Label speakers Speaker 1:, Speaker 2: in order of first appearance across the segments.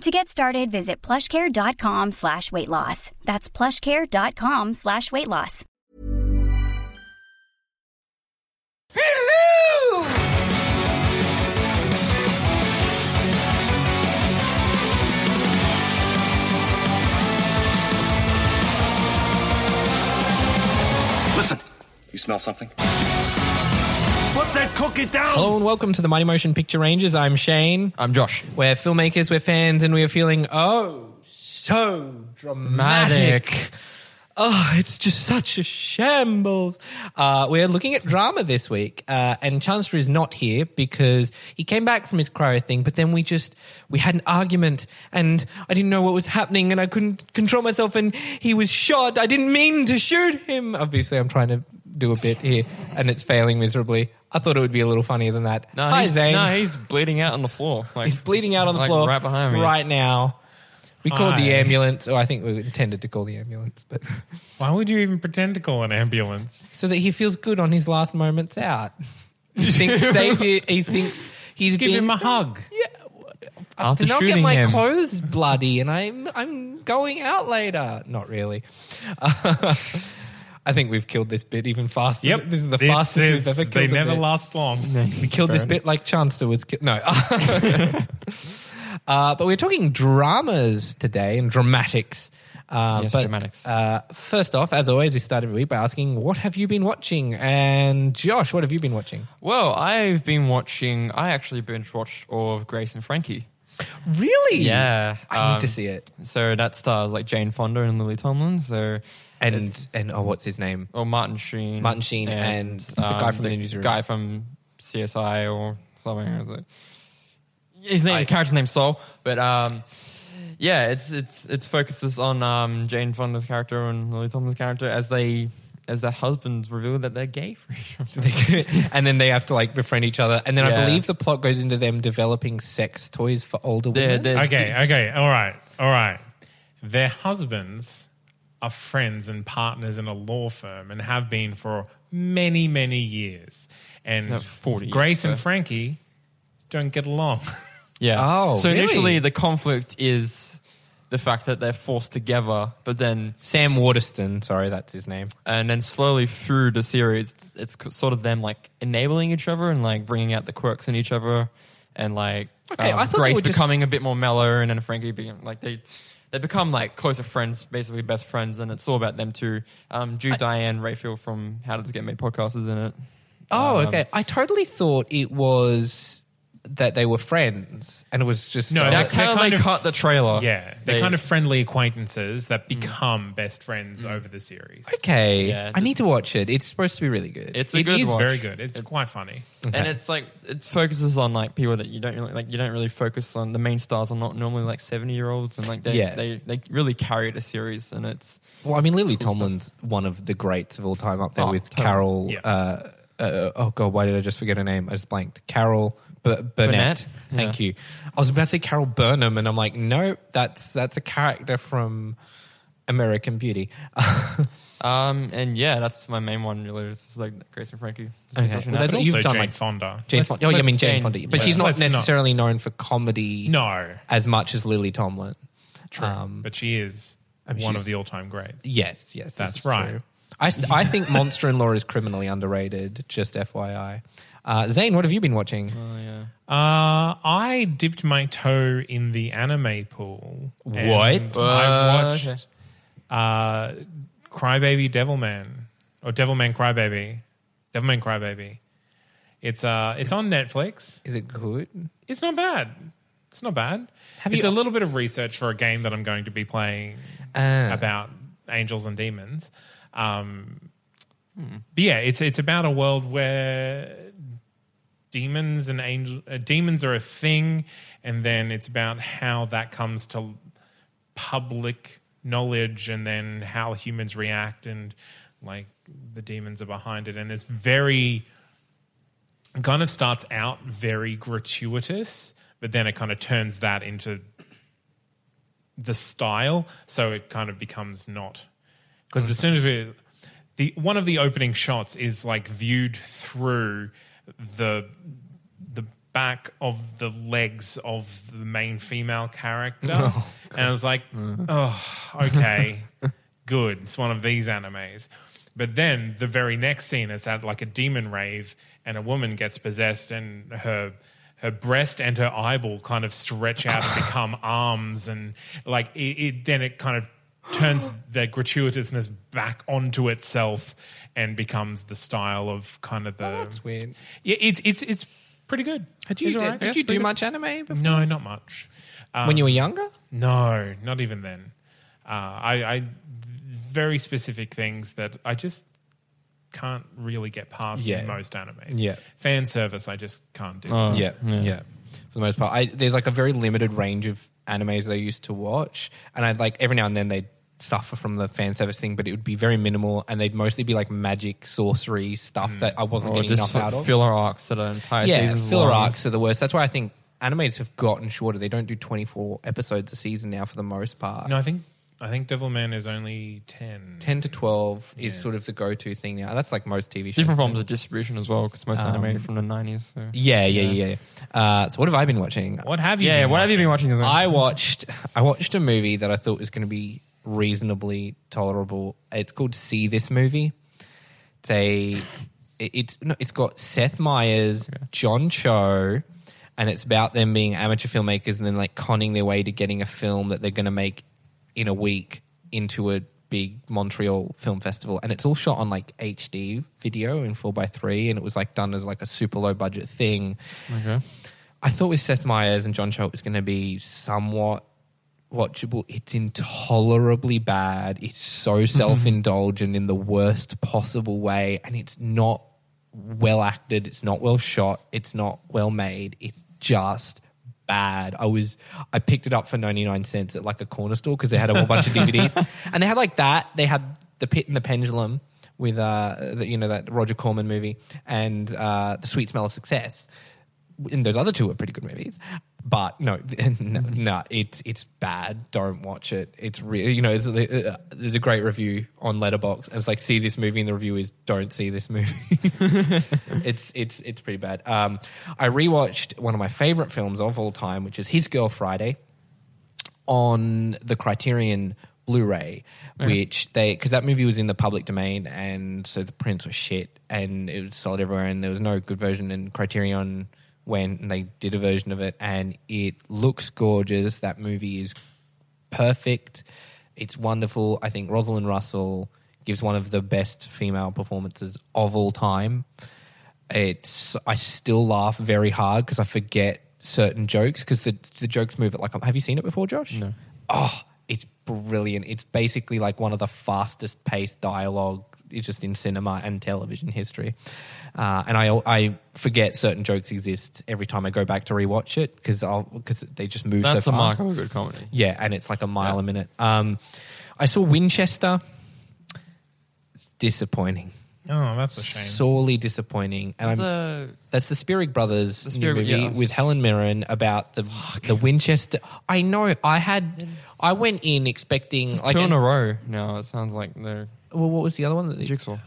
Speaker 1: To get started, visit plushcare.com slash weight loss. That's plushcare.com slash weight loss.
Speaker 2: Hello!
Speaker 3: Listen, you smell something?
Speaker 4: Put that cookie down.
Speaker 5: Hello and welcome to the Mighty Motion Picture Rangers. I'm Shane.
Speaker 6: I'm Josh.
Speaker 5: We're filmmakers, we're fans, and we are feeling oh so dramatic.
Speaker 6: Dramatic.
Speaker 5: Oh, it's just such a shambles. Uh, we're looking at drama this week, uh, and Chancellor is not here because he came back from his cryo thing. But then we just we had an argument, and I didn't know what was happening, and I couldn't control myself, and he was shot. I didn't mean to shoot him. Obviously, I'm trying to do a bit here, and it's failing miserably. I thought it would be a little funnier than that.
Speaker 6: No,
Speaker 5: Hi,
Speaker 6: he's,
Speaker 5: Zane.
Speaker 6: no, he's bleeding out on the floor. Like,
Speaker 5: He's bleeding out on the
Speaker 6: like,
Speaker 5: floor
Speaker 6: right behind me.
Speaker 5: right now. We called the
Speaker 7: Hi.
Speaker 5: ambulance, or I think we intended to call the ambulance, but
Speaker 7: Why would you even pretend to call an ambulance?
Speaker 5: so that he feels good on his last moments out. He thinks Xavier. He thinks he's
Speaker 7: Give
Speaker 5: being-
Speaker 7: him a hug.
Speaker 6: after
Speaker 5: Then I'll
Speaker 6: shooting
Speaker 5: get my
Speaker 6: him.
Speaker 5: clothes bloody, and I'm I'm going out later. Not really. I think we've killed this bit even faster. this is the
Speaker 7: This
Speaker 5: fastest
Speaker 7: is-
Speaker 5: we've ever killed.
Speaker 7: They
Speaker 5: a
Speaker 7: never
Speaker 5: bit.
Speaker 7: last long.
Speaker 5: We killed this bit like Chancellor was killed. No. uh, but we're talking dramas today and dramatics. Uh,
Speaker 6: Yes,
Speaker 5: but,
Speaker 6: dramatics.
Speaker 5: Uh, first off, as always, we started every week by asking, what have you been watching? And Josh, what have you been watching?
Speaker 6: Well, I've been watching. I actually binge watched all of Grace and Frankie.
Speaker 5: Really?
Speaker 6: Yeah,
Speaker 5: I need
Speaker 6: um,
Speaker 5: to see it.
Speaker 6: So that stars like Jane Fonda and Lily Tomlin. So
Speaker 5: And, and oh, what's his name?
Speaker 6: or Martin Sheen, um,
Speaker 5: Martin Sheen and the guy from the newsroom.
Speaker 6: guy from CSI or something. I was like- His name, character name, Sol. But um, yeah, it's it's it focuses on um, Jane Fonda's character and Lily Tomlin's character as they as their husbands reveal that they're gay. For each other.
Speaker 5: and then they have to like befriend each other. And then I
Speaker 6: Yeah.
Speaker 5: believe the plot goes into them developing sex toys for older
Speaker 6: They're-
Speaker 5: women.
Speaker 6: they're-
Speaker 7: Okay, okay, all right, all right. Their husbands are friends and partners in a law firm and have been for many, many years. And
Speaker 6: About 40 years,
Speaker 7: Grace and
Speaker 6: so.
Speaker 7: Frankie don't get along.
Speaker 6: Yeah.
Speaker 5: Oh,
Speaker 6: so
Speaker 5: really?
Speaker 6: initially the conflict is the fact that they're forced together, but then
Speaker 5: Sam Waterston, sorry, that's his name.
Speaker 6: and then slowly through the series, it's, it's co- sort of them like enabling each other and like bringing out the quirks in each other, and like um,
Speaker 5: Okay, I thought they
Speaker 6: Grace
Speaker 5: were just-
Speaker 6: becoming a bit more mellow, and then Frankie being like they they become like closer friends, basically best friends, and it's all about them too. Um, Jude Diane Rayfield from How Does It Get Made podcast is in it.
Speaker 5: Oh,
Speaker 6: Um,
Speaker 5: okay. I totally thought it was that they were friends, and it was just
Speaker 7: No,
Speaker 5: uh,
Speaker 6: That's
Speaker 7: they're
Speaker 6: how
Speaker 7: kind
Speaker 6: they
Speaker 7: of-
Speaker 6: cut the trailer.
Speaker 7: yeah, they're
Speaker 6: Uh, They- Mm.
Speaker 7: kind of friendly acquaintances that become best friends over the series.
Speaker 5: okay.
Speaker 6: Yeah,
Speaker 5: I need to watch it. It's supposed to be really good.
Speaker 6: It's a
Speaker 7: It
Speaker 6: good
Speaker 7: is
Speaker 6: watch. Mm-hmm.
Speaker 7: very good. It's quite funny.
Speaker 6: and it's like it focuses on like people that you don't really like. You don't really focus on the main stars are not normally like seventy year olds, and like they,
Speaker 5: Yeah.
Speaker 6: they they really carry the series, and it's
Speaker 5: well, I mean, Lily Tomlin's one of the greats of all time, up there
Speaker 6: Oh,
Speaker 5: with
Speaker 6: totally.
Speaker 5: Carol.
Speaker 7: Yeah.
Speaker 5: Uh, uh, oh God, why did I just forget her name? I just blanked. Carol B- Burnett.
Speaker 6: Burnett?
Speaker 5: Thank you. I was about to say Carol Burnham, and I'm like, no, that's that's a character from American Beauty.
Speaker 6: um and yeah, that's my main one really. It's just like Grace and Frankie.
Speaker 5: Okay.
Speaker 6: Watching
Speaker 5: Well,
Speaker 6: that.
Speaker 5: that's-
Speaker 7: Also,
Speaker 5: you've
Speaker 7: Jane
Speaker 5: done, like-
Speaker 7: Fonda.
Speaker 5: Jane
Speaker 6: Let's-
Speaker 5: Fonda. Oh, yeah, I mean
Speaker 6: let's
Speaker 5: Jane
Speaker 6: say-
Speaker 5: Fonda, but
Speaker 6: yeah.
Speaker 5: she's not
Speaker 7: Let's not.
Speaker 5: necessarily known for comedy.
Speaker 7: No,
Speaker 5: as much as Lily Tomlin. Um,
Speaker 7: true,
Speaker 6: Mm.
Speaker 7: but she is one of the all-time greats.
Speaker 5: Yes, yes, this
Speaker 7: That's
Speaker 5: is
Speaker 7: right.
Speaker 5: true. I, s- I think Monster in Law is criminally underrated. Just FYI, uh, Zane, what have you been watching?
Speaker 6: Oh,
Speaker 7: Uh, I dipped my toe in the anime pool. and
Speaker 5: What?
Speaker 7: I
Speaker 6: Uh,
Speaker 7: watched
Speaker 6: okay.
Speaker 7: uh, Crybaby Devilman or Devilman Crybaby. Devilman Crybaby. It's uh, it's on Netflix.
Speaker 5: Is it good?
Speaker 7: It's not bad. It's not bad.
Speaker 5: Have
Speaker 7: it's
Speaker 5: you-
Speaker 7: a little bit of research for a game that I'm going to be playing
Speaker 5: Ah.
Speaker 7: about angels and demons. Um, But yeah, it's it's about a world where demons and angel uh, demons are a thing, and then it's about how that comes to public knowledge, and then how humans react and like the demons are behind it, and it's very it kind of starts out very gratuitous, but then it kind of turns that into the style, so it kind of becomes not because as soon as we the one of the opening shots is like viewed through the the back of the legs of the main female character, and I was like, oh, okay, good. It's one of these animes. But then the very next scene is at like a demon rave, and a woman gets possessed, and her her breast and her eyeball kind of stretch out and become arms, and like it, it then it kind of turns the gratuitousness back onto itself and becomes the style of kind of the
Speaker 5: That's weird.
Speaker 7: yeah, it's it's it's pretty good.
Speaker 5: Had you
Speaker 7: It's
Speaker 5: did,
Speaker 7: alright.
Speaker 5: did
Speaker 7: Yeah,
Speaker 5: you do
Speaker 7: pretty
Speaker 5: much anime
Speaker 7: good.
Speaker 5: before?
Speaker 7: No, not much. Um,
Speaker 5: when you were younger?
Speaker 7: no, not even then. Uh, I, I very specific things that I just can't really get past
Speaker 5: Yeah.
Speaker 7: in most animes.
Speaker 5: Yeah.
Speaker 7: fan service I just can't do.
Speaker 5: yeah, yeah, For the most part, I, there's like a very limited range of animes that I used to watch, and I'd like every now and then they'd suffer from the fan service thing, but it would be very minimal, and they'd mostly be like magic, sorcery stuff that I
Speaker 6: Or
Speaker 5: wasn't getting
Speaker 6: just
Speaker 5: enough out
Speaker 6: like
Speaker 5: of.
Speaker 6: filler arcs that are entire
Speaker 5: yeah,
Speaker 6: seasons
Speaker 5: filler
Speaker 6: long.
Speaker 5: arcs are the worst. That's why I think animes have gotten shorter. They don't do 24 episodes a season now for the most part.
Speaker 7: No, I think I think Devilman is only ten.
Speaker 5: 10 to 12 is sort of the go-to thing now. That's like most TV shows.
Speaker 6: Different forms of distribution as well, because most anime from the 90s. So.
Speaker 5: Yeah, yeah, yeah. yeah. Uh, so what have I been watching?
Speaker 7: What have you?
Speaker 6: Yeah,
Speaker 7: been
Speaker 6: what have you been watching?
Speaker 5: I watched I watched a movie that I thought was going to be reasonably tolerable. It's called See This Movie. It's a it- it's no, it's got Seth Meyers, John Cho, and it's about them being amateur filmmakers and then like conning their way to getting a film that they're going to make in a week into a big Montreal film festival and it's all shot on like HD video in 4x3 and it was like done as like a super low budget thing. I thought with Seth Meyers and John Cho it was going to be somewhat watchable. It's intolerably bad. It's so self indulgent in the worst possible way, and it's not well acted. It's not well shot. It's not well made. It's just bad. I was I picked it up for ninety nine cents at like a corner store because they had a whole bunch of DVDs, and they had like that. They had the Pit and the Pendulum. With uh, the, you know that Roger Corman movie and uh, the Sweet Smell of Success, and those other two are pretty good movies. But no, no, no, it's it's bad. Don't watch it. It's real. You know, it's, uh, there's a great review on Letterbox, and it's like see this movie, and the review is don't see this movie. it's it's it's pretty bad. Um, I rewatched one of my favorite films of all time, which is His Girl Friday on the Criterion Blu-ray, which they because that movie was in the public domain, and so the prints were shit, and it was sold everywhere, and there was no good version. And Criterion went and they did a version of it, and it looks gorgeous. That movie is perfect. It's wonderful. I think Rosalind Russell gives one of the best female performances of all time. It's I still laugh very hard because I forget certain jokes because the the jokes move at like have you seen it before, Josh? No. Oh, it's brilliant. It's basically like one of the fastest paced dialogue it's just in cinema and television history. Uh, and I, I forget certain jokes exist every time I go back to rewatch it because they just move
Speaker 6: That's
Speaker 5: so
Speaker 6: a
Speaker 5: fast.
Speaker 6: mark of a good comedy.
Speaker 5: Yeah, and it's like a mile a minute. Um, I saw Winchester. It's disappointing,
Speaker 7: Oh, that's a shame.
Speaker 5: sorely disappointing. And I'm,
Speaker 6: The,
Speaker 5: that's the Spirig Brothers
Speaker 6: Spirig-
Speaker 5: new movie
Speaker 6: yeah.
Speaker 5: with Helen Mirren about the the Winchester. I know. I had. I went in expecting
Speaker 6: it's
Speaker 5: like
Speaker 6: two in
Speaker 5: an-
Speaker 6: a row now. It sounds like they're
Speaker 5: well, what was the other one? that they-
Speaker 6: jigsaw.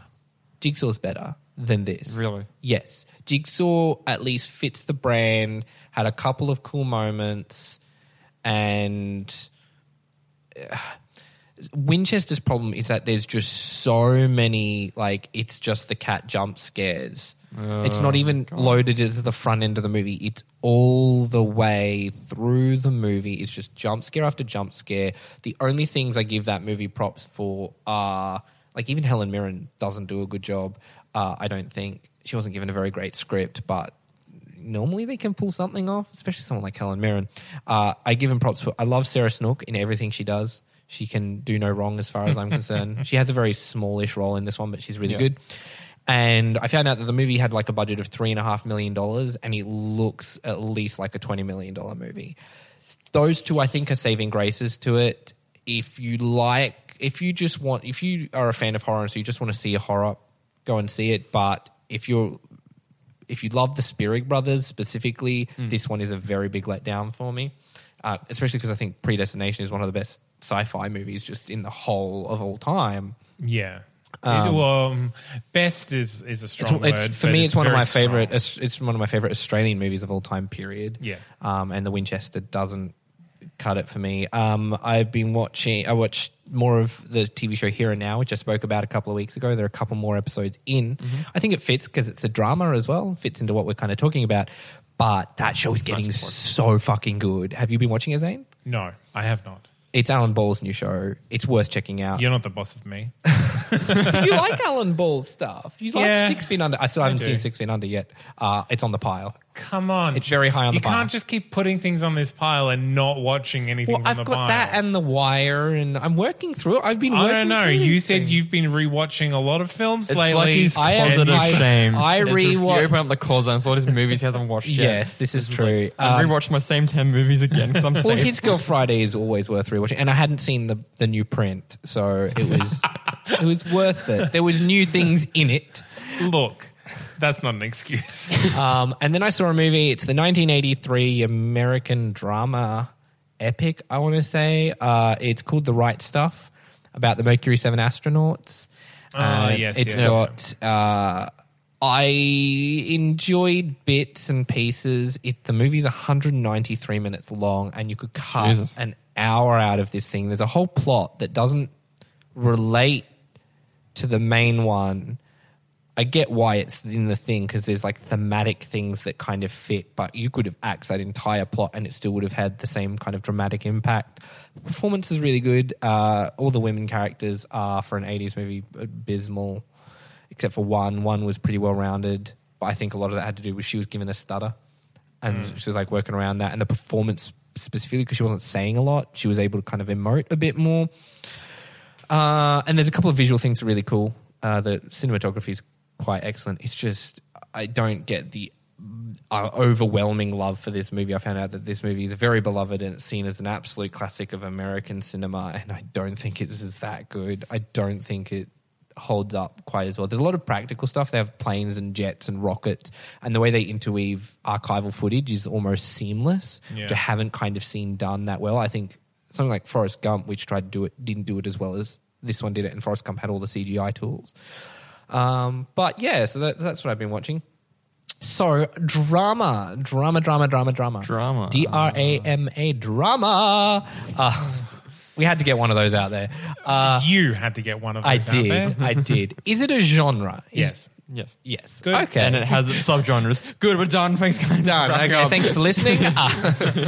Speaker 5: Jigsaw's better than this.
Speaker 6: Really?
Speaker 5: Yes. Jigsaw at least fits the brand, had a couple of cool moments, and uh, Winchester's problem is that there's just so many, like, it's just the cat jump scares. it's not even loaded into the front end of the movie. It's all the way through the movie. It's just jump scare after jump scare. The only things I give that movie props for are like even Helen Mirren doesn't do a good job. Uh, I don't think she wasn't given a very great script, but normally they can pull something off, especially someone like Helen Mirren. Uh, I give him props for. I love Sarah Snook in everything she does. She can do no wrong as far as I'm concerned. She has a very smallish role in this one, but she's really
Speaker 6: Yeah.
Speaker 5: good. And I found out that the movie had like a budget of three and a half million dollars, and it looks at least like a twenty million dollar movie. Those two, I think, are saving graces to it. If you like if you just want, if you are a fan of horror, and so you just want to see a horror, go and see it. But if you're if you love the Spirig Brothers specifically, this one is a very big letdown for me. Uh, especially because I think Predestination is one of the best sci-fi movies just in the whole of all time.
Speaker 7: Yeah. It- well, um, best is is a
Speaker 5: It's-
Speaker 7: strong
Speaker 5: it's,
Speaker 7: word.
Speaker 5: for
Speaker 7: but
Speaker 5: me, it's, one of
Speaker 7: very
Speaker 5: my favorite.
Speaker 7: strong.
Speaker 5: It's it's one of my favorite Australian movies of all time. Period.
Speaker 7: Yeah.
Speaker 5: Um, and the Winchester doesn't cut it for me. Um, I've been watching. I watched more of the TV show Here and Now, which I spoke about a couple of weeks ago. There are a couple more episodes in.
Speaker 7: Mm-hmm.
Speaker 5: I think it fits because it's a drama as well. Fits into what we're kind of talking about. But that show is getting so fucking good. Have you been watching it, Zane?
Speaker 7: No, I have not.
Speaker 5: It's Alan Ball's new show. It's worth checking out.
Speaker 7: You're not the boss of me.
Speaker 5: you like Alan Ball's stuff. You
Speaker 7: Yeah.
Speaker 5: like Six Feet Under. I still haven't
Speaker 7: do.
Speaker 5: seen Six Feet Under yet. Uh, it's on the pile.
Speaker 7: Come on,
Speaker 5: It's very high on
Speaker 7: you
Speaker 5: the pile.
Speaker 7: can't just keep putting things on this pile and not watching anything
Speaker 5: Well,
Speaker 7: on
Speaker 5: I've
Speaker 7: the
Speaker 5: got
Speaker 7: pile.
Speaker 5: that and The Wire, and I'm working through it. I've been.
Speaker 7: I
Speaker 5: working
Speaker 7: don't know.
Speaker 5: through
Speaker 7: You
Speaker 5: these
Speaker 7: said
Speaker 5: things.
Speaker 7: you've been rewatching a lot of films
Speaker 6: It's
Speaker 7: lately.
Speaker 6: like he's
Speaker 5: I am-
Speaker 6: closet of
Speaker 5: I-
Speaker 6: shame.
Speaker 5: I
Speaker 6: It's just-
Speaker 5: rewatch-
Speaker 6: You open up the closet and saw all these movies he hasn't watched yet.
Speaker 5: Yes, this is true.
Speaker 6: I
Speaker 5: Um,
Speaker 6: rewatched my same ten movies again because I'm
Speaker 5: well,
Speaker 6: safe.
Speaker 5: His Girl Friday is always worth rewatching, and I hadn't seen the the new print, so it was it was worth it. There was new things in it.
Speaker 7: Look, that's not an excuse.
Speaker 5: Um, and then I saw a movie. It's the 1983 American drama epic. I want to say uh, it's called The Right Stuff about the Mercury Seven astronauts.
Speaker 7: Ah,
Speaker 5: And
Speaker 7: yes,
Speaker 5: it's
Speaker 7: yeah.
Speaker 5: got. Uh, I enjoyed bits and pieces. It the movie's 193 minutes long, and you could cut
Speaker 6: Jesus.
Speaker 5: an hour out of this thing. There's a whole plot that doesn't relate to the main one, I get why it's in the thing because there's like thematic things that kind of fit, but you could have axed that entire plot and it still would have had the same kind of dramatic impact. Performance is really good. Uh, all the women characters are, for an 80s movie, abysmal, except for one. One was pretty well rounded, but I think a lot of that had to do with she was given a stutter and she was like working around that. And the performance specifically, because she wasn't saying a lot, she was able to kind of emote a bit more. Uh, and there's a couple of visual things that are really cool. Uh, the cinematography is quite excellent. It's just I don't get the uh, overwhelming love for this movie. I found out that this movie is very beloved and it's seen as an absolute classic of American cinema, and I don't think it is that good. I don't think it holds up quite as well. There's a lot of practical stuff. They have planes and jets and rockets, and the way they interweave archival footage is almost seamless, which I
Speaker 7: Yeah.
Speaker 5: haven't kind of seen done that well. I think something like Forrest Gump, which tried to do it, didn't do it as well as this one did it, and Forrest Gump had all the CGI tools. Um, but yeah, so that, that's what I've been watching. So drama, drama, drama, drama, drama,
Speaker 6: Drama.
Speaker 5: D R A M A, drama. Uh, we had to get one of those out there. Uh,
Speaker 7: you had to get one of those.
Speaker 5: I
Speaker 7: out there.
Speaker 5: did, I did. Is it a genre? Is-
Speaker 7: Yes.
Speaker 6: yes.
Speaker 5: yes.
Speaker 7: Good.
Speaker 5: Okay.
Speaker 6: And it has its subgenres. Good, we're done. Thanks, guys.
Speaker 5: Done.
Speaker 6: Wrap it
Speaker 5: Okay,
Speaker 6: up.
Speaker 5: thanks for listening.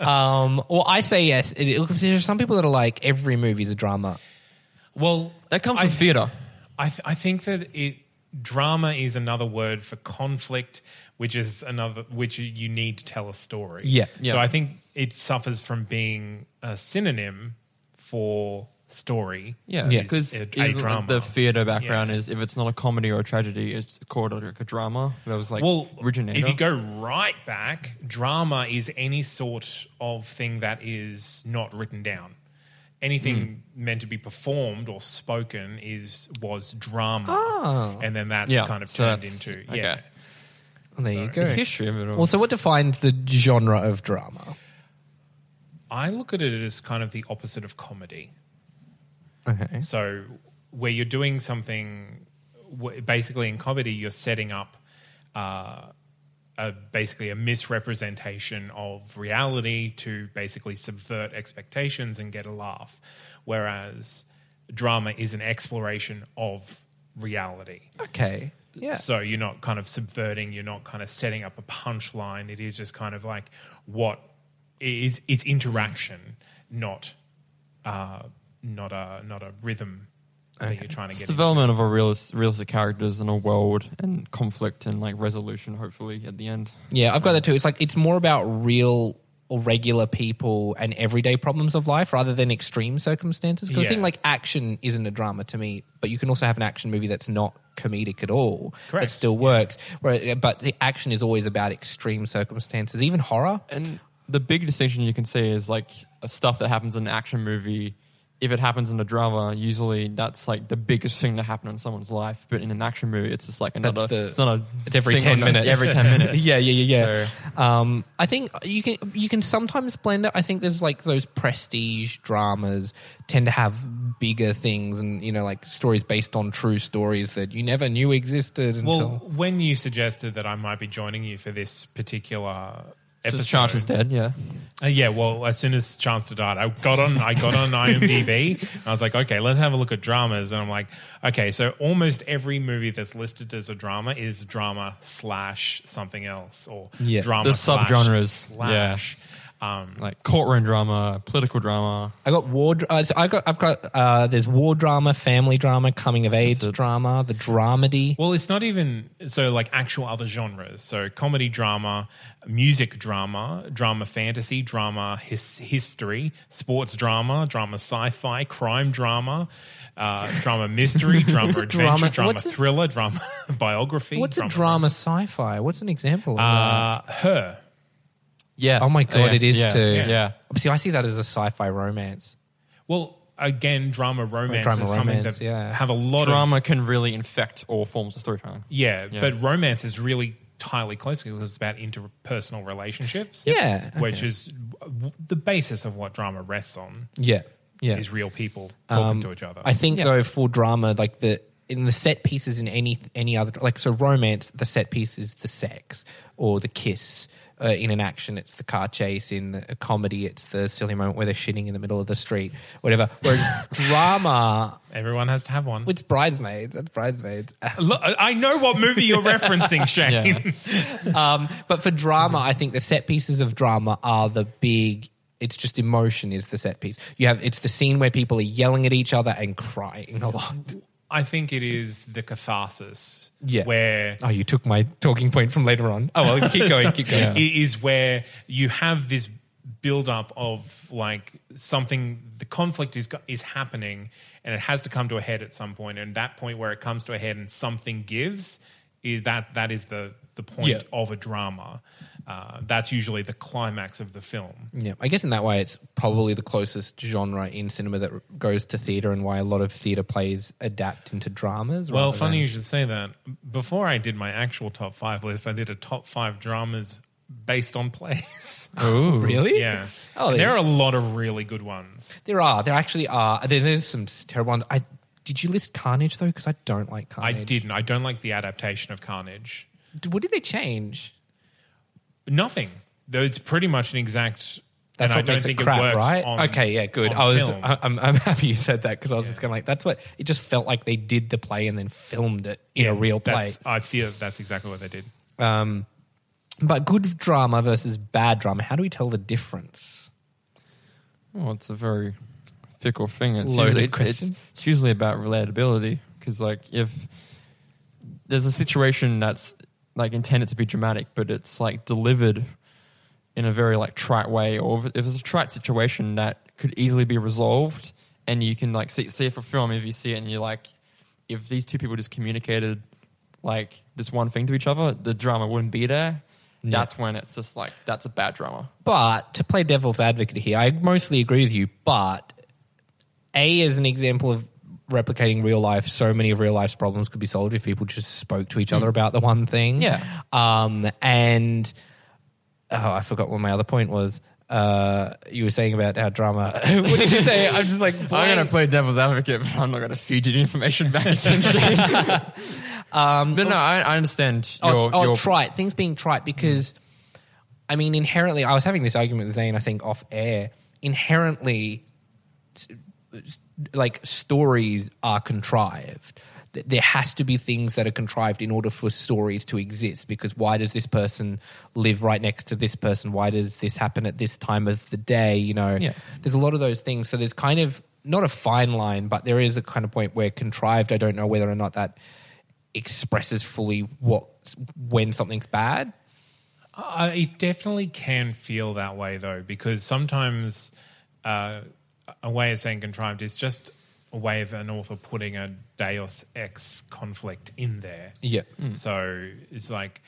Speaker 5: um, well, I say yes. It- it- There's some people that are like every movie's a drama.
Speaker 7: Well,
Speaker 6: That comes
Speaker 7: I-
Speaker 6: from theatre.
Speaker 7: I, th- I think that it drama is another word for conflict, which is another which you- you need to tell a story.
Speaker 5: Yeah.
Speaker 6: Yeah.
Speaker 7: So I think it suffers from being a synonym for story.
Speaker 6: Yeah,
Speaker 5: Yeah.
Speaker 6: because
Speaker 7: Is a drama.
Speaker 6: the theatre background
Speaker 7: Yeah.
Speaker 6: is if it's not a comedy or a tragedy, it's called like a drama. That was like
Speaker 7: well,
Speaker 6: originator.
Speaker 7: if you go right back, drama is any sort of thing that is not written down. Anything
Speaker 6: Hmm.
Speaker 7: meant to be performed or spoken is was drama, and then that's
Speaker 6: Ah. Yeah,
Speaker 7: kind of
Speaker 6: so
Speaker 7: turned
Speaker 6: that's-
Speaker 7: into
Speaker 6: okay.
Speaker 7: yeah.
Speaker 5: There you
Speaker 6: the
Speaker 5: go.
Speaker 6: history of it. All.
Speaker 5: Well, so what defines the genre of drama?
Speaker 7: I look at it as kind of the opposite of comedy.
Speaker 5: Okay.
Speaker 7: So, where you're doing something, wh- basically in comedy, you're setting up uh, a, basically a misrepresentation of reality to basically subvert expectations and get a laugh. Whereas drama is an exploration of reality.
Speaker 5: Okay. Yeah.
Speaker 7: So you're not kind of subverting, you're not kind of setting up a punchline. It is just kind of like what is is interaction, not uh, not a not a rhythm that you're trying to
Speaker 6: it's
Speaker 7: get.
Speaker 6: development of a realis- realistic characters and a world and conflict and like resolution. Hopefully, at the end.
Speaker 5: Yeah, I've got that too. It's like it's more about real or regular people and everyday problems of life rather than extreme circumstances. Because I
Speaker 7: Yeah.
Speaker 5: think like action isn't a drama to me, but you can also have an action movie that's not comedic at all that
Speaker 7: Correct.
Speaker 5: still works. Where, uh, but the action is always about extreme circumstances, even horror.
Speaker 6: And the big distinction you can see is like stuff that happens in an action movie if it happens in a drama, usually that's like the biggest thing to happen in someone's life. But in an action movie, it's just like another.
Speaker 5: the-
Speaker 6: it's not a.
Speaker 5: It's every
Speaker 6: thing
Speaker 5: ten
Speaker 6: on the-
Speaker 5: minutes.
Speaker 6: Every ten minutes.
Speaker 5: yeah, yeah, yeah, yeah. Um, I think you can you can sometimes blend it. I think there's like those prestige dramas tend to have bigger things, and you know, like stories based on true stories that you never knew existed. Until,
Speaker 7: Well, when you suggested that I might be joining you for this particular
Speaker 6: So
Speaker 7: episode,
Speaker 6: Charles is dead. Yeah.
Speaker 7: Uh, yeah, well, as soon as Chance to Die, I got on. I got on IMDb. and I was like, okay, let's have a look at dramas, and I'm like, okay, so almost every movie that's listed as a drama is drama slash something else or
Speaker 5: Yeah,
Speaker 7: drama
Speaker 6: the
Speaker 7: slash
Speaker 6: subgenres,
Speaker 7: slash.
Speaker 5: Mm.
Speaker 7: Um,
Speaker 6: Like courtroom drama, political drama.
Speaker 5: I got war. dr- Uh, so I got I've got uh, there's war drama, family drama, coming of age drama, the dramedy.
Speaker 7: well, it's not even so like actual other genres. So comedy drama, music drama, drama fantasy, drama his, history, sports drama, drama sci-fi, crime drama, uh, drama mystery, drama adventure,
Speaker 5: drama-
Speaker 7: drama
Speaker 5: what's a-
Speaker 7: thriller, drama biography.
Speaker 5: What's a drama sci-fi? What's an example? Of that?
Speaker 7: Uh, her.
Speaker 6: Yeah.
Speaker 5: Oh my god,
Speaker 6: Yeah.
Speaker 5: it is
Speaker 6: yeah.
Speaker 5: too.
Speaker 6: Yeah. yeah.
Speaker 5: See, I see that as a sci-fi romance.
Speaker 7: Well, again, drama romance
Speaker 5: drama
Speaker 7: is something
Speaker 5: romance,
Speaker 7: that
Speaker 5: yeah.
Speaker 7: have a lot of
Speaker 6: Drama can really infect all forms of storytelling.
Speaker 7: Yeah,
Speaker 6: Yeah.
Speaker 7: but romance is really tightly closely because it's about interpersonal relationships.
Speaker 5: Yeah, okay.
Speaker 7: which is w- the basis of what drama rests on
Speaker 5: Yeah, yeah. Um,
Speaker 7: is real people talking to each other.
Speaker 5: I think though for drama, like the in the set pieces in any any other like so romance, the set piece is the sex or the kiss. Uh, in an action, it's the car chase. In a comedy, it's the silly moment where they're shitting in the middle of the street, whatever. Whereas drama,
Speaker 7: everyone has to have one.
Speaker 5: it's bridesmaids. It's bridesmaids.
Speaker 7: Look, I I know what movie you're referencing, Shane.
Speaker 6: Yeah.
Speaker 5: Um, but for drama, I think the set pieces of drama are the big. It's just emotion is the set piece. You have it's the scene where people are yelling at each other and crying a lot.
Speaker 7: I think it is the catharsis.
Speaker 5: Yeah.
Speaker 7: Where
Speaker 5: Oh, you took my talking point from later on. Oh well, keep going, keep going.
Speaker 7: it is where you have this build-up of like something the conflict is is happening and it has to come to a head at some point and that point where it comes to a head and something gives is that that is the the point
Speaker 5: Yeah.
Speaker 7: of a drama uh, that's usually the climax of the film
Speaker 5: Yeah, I guess in that way, it's probably the closest genre in cinema that r- goes to theater, and why a lot of theater plays adapt into dramas.
Speaker 7: well
Speaker 5: rather
Speaker 7: funny
Speaker 5: than-
Speaker 7: you should say that before i did my actual top five list i did a top five dramas based on plays
Speaker 5: really?
Speaker 7: yeah
Speaker 5: Oh,
Speaker 7: there
Speaker 5: yeah.
Speaker 7: are a lot of really good ones
Speaker 5: There are. There actually are. There, there's some s- terrible ones. I did you list Carnage though? Because I don't like
Speaker 7: i
Speaker 5: Carnage.
Speaker 7: didn't i don't like the adaptation of carnage
Speaker 5: D- What did they change?
Speaker 7: Nothing. Though it's pretty much an exact.
Speaker 5: That's
Speaker 7: and
Speaker 5: what
Speaker 7: I don't
Speaker 5: makes
Speaker 7: think
Speaker 5: it crap,
Speaker 7: it works.
Speaker 5: right?
Speaker 7: On,
Speaker 5: okay, yeah, good.
Speaker 7: on
Speaker 5: I was.
Speaker 7: film.
Speaker 5: I, I'm, I'm happy you said that because I was just going like, that's what it just felt like they did the play and then filmed it in
Speaker 7: Yeah,
Speaker 5: a real place.
Speaker 7: that's- I feel that's exactly what they did.
Speaker 5: Um, but good drama versus bad drama. How do we tell the difference?
Speaker 6: Well, it's a very fickle thing. It's
Speaker 5: Loaded
Speaker 6: usually, it's,
Speaker 5: question.
Speaker 6: It's, it's usually about relatability because, like, if there's a situation that's like intended to be dramatic, but it's like delivered in a very like trite way, or if if it's a trite situation that could easily be resolved, and you can like see see it for film if you see it and you're like, if these two people just communicated like this one thing to each other, the drama wouldn't be there. That's when it's just like that's a bad drama.
Speaker 5: But to play devil's advocate here, I mostly agree with you. But A is an example of replicating real life. So many of real life's problems could be solved if people just spoke to each other about the one thing.
Speaker 6: Hmm. Yeah.
Speaker 5: Um, and oh, I forgot what my other point was. Uh, you were saying about how drama. what did you say? I'm just like
Speaker 6: I'm going
Speaker 5: blank.
Speaker 6: to play devil's advocate, but I'm not going to feed you the information back. um, but no, I, I understand
Speaker 5: Oh,
Speaker 6: your,
Speaker 5: oh,
Speaker 6: your Hmm.
Speaker 5: trite. Things being trite because, I mean, inherently, I was having this argument with Zane, I think, off air. Inherently, s- s- like, stories are contrived. Th- There has to be things that are contrived in order for stories to exist because why does this person live right next to this person? Why does this happen at this time of the day? You know,
Speaker 6: Yeah.
Speaker 5: there's a lot of those things. So there's kind of not a fine line, but there is a kind of point where contrived. I don't know whether or not that expresses fully what when something's bad.
Speaker 7: I it definitely can feel that way though, because sometimes uh, a way of saying contrived is just a way of an author putting a Deus ex conflict in there.
Speaker 5: Yeah.
Speaker 6: Mm.
Speaker 7: So it's like,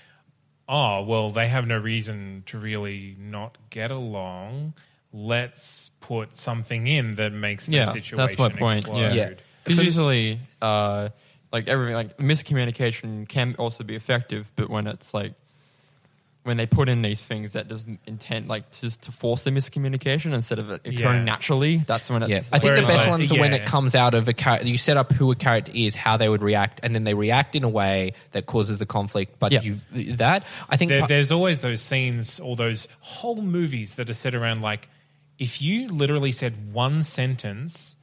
Speaker 7: oh well, they have no reason to really not get along. let's put something in that makes the
Speaker 6: yeah,
Speaker 7: situation
Speaker 6: that's my point.
Speaker 7: explode.
Speaker 6: Yeah,
Speaker 5: Yeah.
Speaker 6: because usually, uh, like everything, like miscommunication can also be effective, but when it's like when they put in these things that just intent, like just to force the miscommunication instead of it occurring
Speaker 7: Yeah.
Speaker 6: naturally, that's when it's.
Speaker 5: Yeah, I think
Speaker 7: Whereas,
Speaker 5: the best
Speaker 7: like,
Speaker 5: ones are when
Speaker 7: yeah.
Speaker 5: it comes out of a character. You set up who a character is, how they would react, and then they react in a way that causes the conflict. But
Speaker 6: Yeah.
Speaker 5: you that I think
Speaker 7: There, there's always those scenes or those whole movies that are set around like, if you literally said one sentence,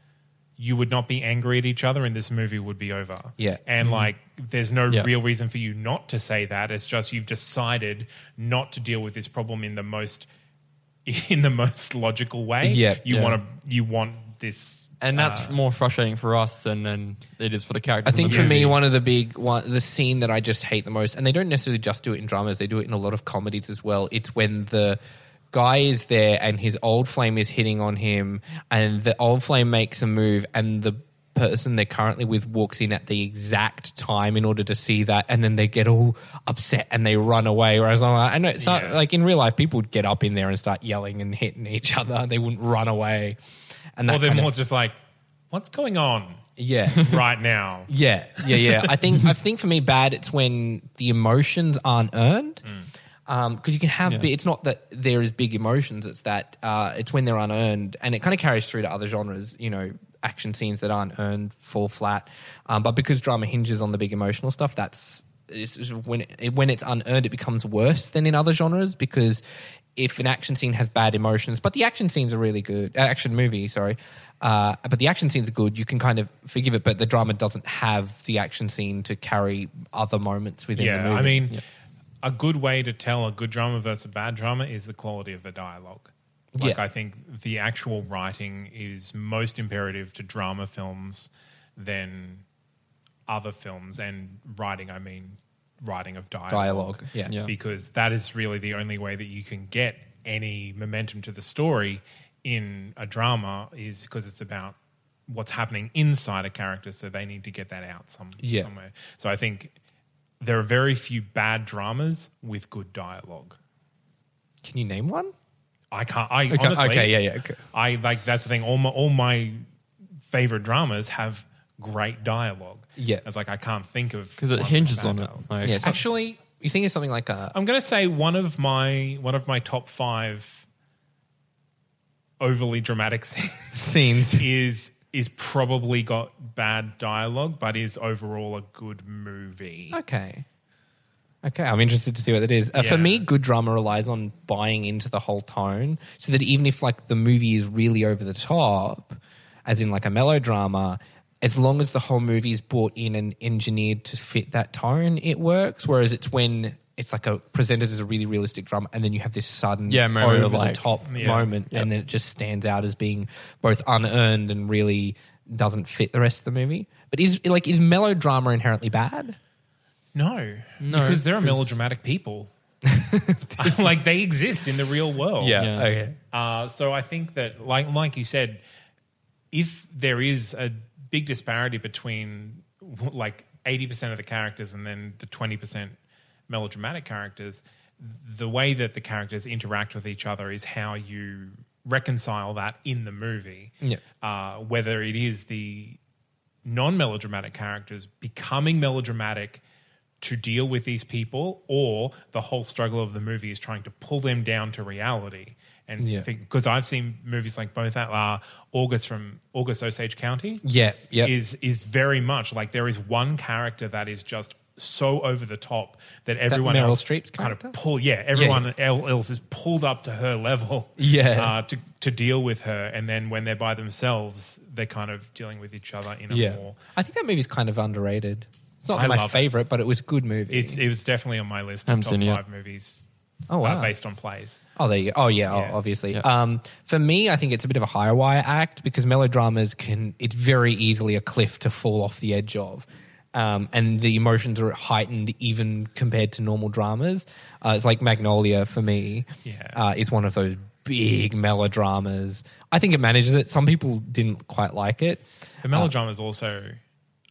Speaker 7: you would not be angry at each other and this movie would be over.
Speaker 5: Yeah.
Speaker 7: And like, there's no
Speaker 6: Mm-hmm. Yeah.
Speaker 7: real reason for you not to say that. It's just you've decided not to deal with this problem in the most. In the most logical way,
Speaker 5: Yeah.
Speaker 7: You
Speaker 6: Yeah.
Speaker 7: want to, you want this, uh,
Speaker 6: and that's more frustrating for us than, than it is for the
Speaker 5: I
Speaker 6: characters. in
Speaker 5: think
Speaker 6: the
Speaker 5: for me,
Speaker 6: movie.
Speaker 5: one of the big one, the scene that I just hate the most, and they don't necessarily just do it in dramas; they do it in a lot of comedies as well. It's when the guy is there and his old flame is hitting on him, and the old flame makes a move, and the person they're currently with walks in at the exact time in order to see that, and then they get all upset and they run away. Whereas I'm like, I know it's not,
Speaker 7: Yeah.
Speaker 5: like in real life, people would get up in there and start yelling and hitting each other; they wouldn't run away. And that
Speaker 7: or they're
Speaker 5: kind
Speaker 7: more
Speaker 5: of,
Speaker 7: just like, what's going on
Speaker 5: yeah.
Speaker 7: right now?
Speaker 5: Yeah, yeah, yeah. I think I think for me, bad. It's when the emotions aren't earned. Because you can have, bi- it's not that there is big emotions. It's that uh, it's when they're unearned, and it kind of carries through to other genres. You know, action scenes that aren't earned fall flat. Um, but because drama hinges on the big emotional stuff, that's it's, it's when it, when it's unearned, it becomes worse than in other genres because if an action scene has bad emotions, but the action scenes are really good, uh, action movie, sorry, uh, but the action scenes are good, you can kind of forgive it, but the drama doesn't have the action scene to carry other moments within the
Speaker 7: Yeah,
Speaker 5: movie.
Speaker 7: I mean, a good way to tell a good drama versus a bad drama is the quality of the dialogue. Like,
Speaker 5: Yeah.
Speaker 7: I think the actual writing is most imperative to drama films than other films. And writing, I mean, writing of dialogue.
Speaker 5: Dialogue, yeah. Yeah.
Speaker 7: Because that is really the only way that you can get any momentum to the story in a drama, is because it's about what's happening inside a character. So they need to get that out some,
Speaker 5: Yeah.
Speaker 7: somewhere. So I think there are very few bad dramas with good dialogue.
Speaker 5: can you name one?
Speaker 7: I can't. I
Speaker 5: Okay,
Speaker 7: honestly,
Speaker 5: okay, yeah, yeah, okay.
Speaker 7: I like that's the thing. All my all my favorite dramas have great dialogue.
Speaker 5: Yeah.
Speaker 7: it's like I can't think of
Speaker 6: because it
Speaker 7: one
Speaker 6: hinges
Speaker 7: bad
Speaker 6: on it.
Speaker 7: dialogue.
Speaker 6: Like,
Speaker 5: Yes.
Speaker 7: Actually,
Speaker 5: You think it's something like a
Speaker 7: I'm going to say one of my one of my top five overly dramatic scenes
Speaker 5: scenes?
Speaker 7: is is probably got bad dialogue, but is overall a good movie.
Speaker 5: Okay. Okay, I'm interested to see what that is. Uh, For
Speaker 7: Yeah.
Speaker 5: me, good drama relies on buying into the whole tone, so that even if like the movie is really over the top, as in like a melodrama, as long as the whole movie is brought in and engineered to fit that tone, it works. Whereas it's when it's like a presented as a really realistic drama, and then you have this sudden
Speaker 6: Yeah, moment of,
Speaker 5: over
Speaker 6: like-
Speaker 5: the top
Speaker 7: Yeah.
Speaker 5: moment, and then it just stands out as being both unearned and really doesn't fit the rest of the movie. But is like is melodrama inherently bad?
Speaker 7: No, no, because there are melodramatic people. like they exist in the real world.
Speaker 6: Yeah.
Speaker 5: Okay.
Speaker 7: Uh, so I think that, like like you said, if there is a big disparity between like eighty percent of the characters and then the twenty percent melodramatic characters, the way that the characters interact with each other is how you reconcile that in the movie.
Speaker 5: Yeah.
Speaker 7: Uh, whether it is the non melodramatic characters becoming melodramatic to deal with these people, or the whole struggle of the movie is trying to pull them down to reality. And
Speaker 5: Yeah.
Speaker 7: because I've seen movies like both that uh, August from August Osage County,
Speaker 5: Yeah, yeah.
Speaker 7: is is very much like there is one character that is just so over the top that everyone
Speaker 5: Meryl
Speaker 7: else
Speaker 5: Streep's
Speaker 7: kind of
Speaker 5: character?
Speaker 7: pull. Yeah, everyone el- else is pulled up to her level.
Speaker 5: Yeah.
Speaker 7: uh, to to deal with her, and then when they're by themselves, they're kind of dealing with each other in a
Speaker 5: yeah.
Speaker 7: more.
Speaker 5: I think that movie's kind of underrated. It's not
Speaker 7: I
Speaker 5: my
Speaker 7: love it.
Speaker 5: favorite, but it was a good movie.
Speaker 7: It's it was definitely on my list of
Speaker 6: Haven't
Speaker 7: top
Speaker 6: seen it yet.
Speaker 7: five movies.
Speaker 5: Oh, wow.
Speaker 7: uh, based on plays.
Speaker 5: oh, there you go. Oh, yeah, oh,
Speaker 7: Yeah.
Speaker 5: obviously.
Speaker 6: Yeah.
Speaker 5: Um, for me, I think it's a bit of a high wire act because melodramas can, it's very easily a cliff to fall off the edge of. Um, and the emotions are heightened even compared to normal dramas. Uh, it's like Magnolia for me.
Speaker 7: Yeah.
Speaker 5: Uh, is one of those big melodramas. I think it manages it. Some people didn't quite like it.
Speaker 7: The melodrama is also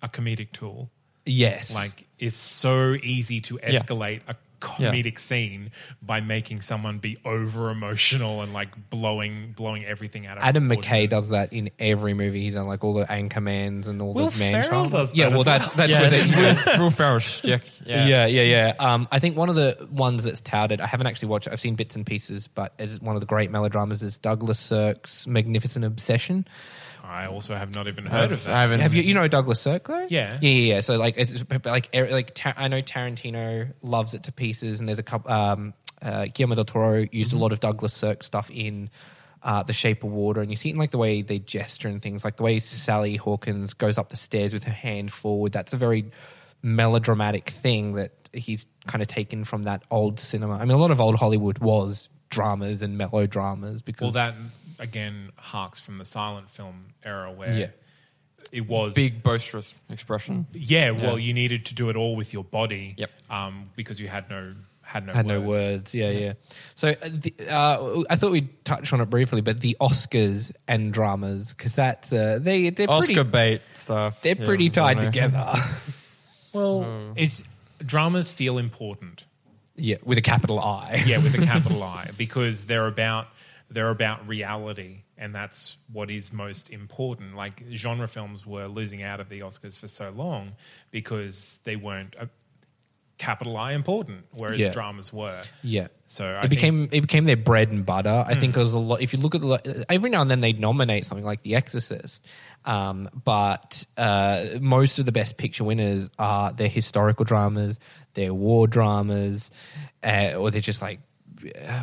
Speaker 7: a comedic tool.
Speaker 5: Yes.
Speaker 7: Like it's so easy to escalate a comedic scene by making someone be over emotional and like blowing blowing everything out of
Speaker 5: Adam
Speaker 7: proportion.
Speaker 5: McKay does that in every movie. He's done like all the anchor mans and all
Speaker 7: Will
Speaker 5: the man
Speaker 7: Ferrell
Speaker 5: child.
Speaker 7: does
Speaker 5: yeah,
Speaker 7: that
Speaker 5: well,
Speaker 7: as
Speaker 5: that's that's where they,
Speaker 6: Will, Will Ferrell's shtick. Yeah.
Speaker 5: Yeah, yeah, yeah. Um, I think one of the ones that's touted, I haven't actually watched. it. I've seen bits and pieces, but as one of the great melodramas is Douglas Sirk's Magnificent Obsession.
Speaker 7: I also have not even heard of
Speaker 6: I've,
Speaker 7: that.
Speaker 6: I haven't.
Speaker 5: Have you you know Douglas Sirk though?
Speaker 7: Yeah.
Speaker 5: yeah, yeah. yeah. So like, it's it's like er- like Tar- I know Tarantino loves it to pieces, and there's a couple. Um, uh, Guillermo del Toro used
Speaker 7: Mm-hmm.
Speaker 5: a lot of Douglas Sirk stuff in. Uh, the Shape of Water, and you see it in like the way they gesture and things, like the way Sally Hawkins goes up the stairs with her hand forward. That's a very melodramatic thing that he's kind of taken from that old cinema. I mean, a lot of old Hollywood was dramas and melodramas because
Speaker 7: Well, that again harks from the silent film era where
Speaker 5: Yeah.
Speaker 7: it was
Speaker 6: big boisterous expression.
Speaker 7: Yeah, well, you needed to do it all with your body,
Speaker 6: Yep.
Speaker 7: um, because you had no had no
Speaker 5: had
Speaker 7: words.
Speaker 5: no words. Yeah, yeah. So uh, the, uh, I thought we'd touch on it briefly, but the Oscars and dramas because that's uh, they they're
Speaker 6: Oscar
Speaker 5: pretty
Speaker 6: bait stuff.
Speaker 5: they're
Speaker 6: Yeah,
Speaker 5: pretty
Speaker 6: I
Speaker 5: tied
Speaker 6: know.
Speaker 5: together.
Speaker 6: Hmm.
Speaker 7: Well, is dramas feel important?
Speaker 5: yeah, with a capital I.
Speaker 7: Yeah, with a capital I, because they're about they're about reality, and that's what is most important. Like genre films were losing out of the Oscars for so long because they weren't uh capital I important, whereas
Speaker 5: Yeah.
Speaker 7: dramas were.
Speaker 5: Yeah.
Speaker 7: So I
Speaker 5: it
Speaker 7: think- Hmm.
Speaker 5: became it became their bread and butter. I think it was a lot. If you look at the, lo- every now and then they nominate something like The Exorcist, um, but uh, most of the best picture winners are their historical dramas, their war dramas, uh, or they're just like uh,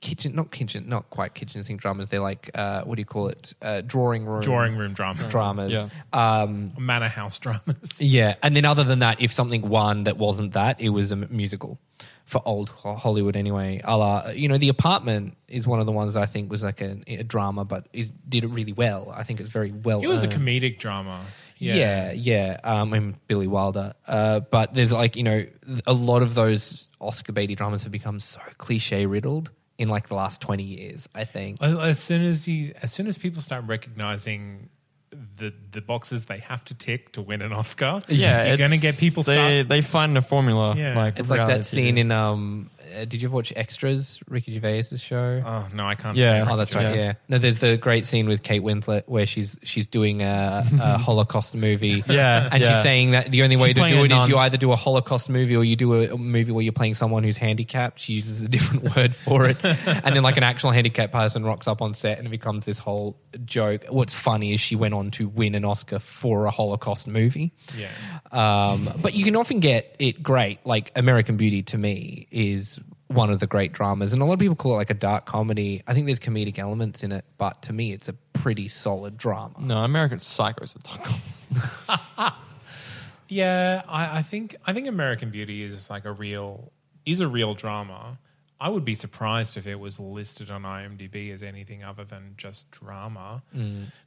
Speaker 5: kitchen, not kitchen, not quite kitchen sink dramas. They're like uh, what do you call it? Uh, drawing room,
Speaker 7: Drawing room drama,
Speaker 5: dramas.
Speaker 6: Yeah.
Speaker 7: manor house dramas.
Speaker 5: Yeah, and then other than that, if something won that wasn't that, it was a m- musical for old Ho- Hollywood anyway. A la, you know, The Apartment is one of the ones I think was like a, a drama, but is, did it really well. I think it's very well.
Speaker 7: It was a
Speaker 5: earned.
Speaker 7: comedic drama.
Speaker 5: Yeah, yeah. Um, and Billy Wilder. Uh, but there's like you know th- a lot of those Oscar baity dramas have become so cliche riddled in like the last twenty years. I think.
Speaker 7: As- As soon as you, as soon as people start recognizing the the boxes they have to tick to win an Oscar,
Speaker 6: Yeah,
Speaker 7: you're
Speaker 6: it's-
Speaker 7: going to get people.
Speaker 6: They
Speaker 7: Start,
Speaker 6: they find a formula.
Speaker 7: Yeah.
Speaker 6: like
Speaker 5: It's like
Speaker 6: reality
Speaker 5: that scene
Speaker 6: TV.
Speaker 5: in um. Uh, did you ever watch Extras? Ricky Gervais's show.
Speaker 7: oh no, I can't.
Speaker 6: Yeah.
Speaker 7: stand
Speaker 5: Oh, that's right.
Speaker 6: Yes.
Speaker 5: Yeah. No, there's the great scene with Kate Winslet where she's she's doing a, a Holocaust movie.
Speaker 6: Yeah,
Speaker 5: and she's
Speaker 6: yeah.
Speaker 5: saying that the only way
Speaker 6: She's
Speaker 5: to
Speaker 6: playing
Speaker 5: do
Speaker 6: a
Speaker 5: it is you
Speaker 6: nun.
Speaker 5: either do a Holocaust movie or you do a movie where you're playing someone who's handicapped. She uses a different word for it, and then like an actual handicapped person rocks up on set and it becomes this whole joke. What's funny is she went on to win an Oscar for a Holocaust movie.
Speaker 7: Yeah.
Speaker 5: Um, but you can often get it great. Like American Beauty to me is one of the great dramas, and a lot of people call it like a dark comedy. I think there's comedic elements in it, but to me, it's a pretty solid drama.
Speaker 6: No, American Psycho's a talk.
Speaker 7: Yeah, I, I think I think American Beauty is like a real is a real drama. I would be surprised if it was listed on IMDb as anything other than just drama,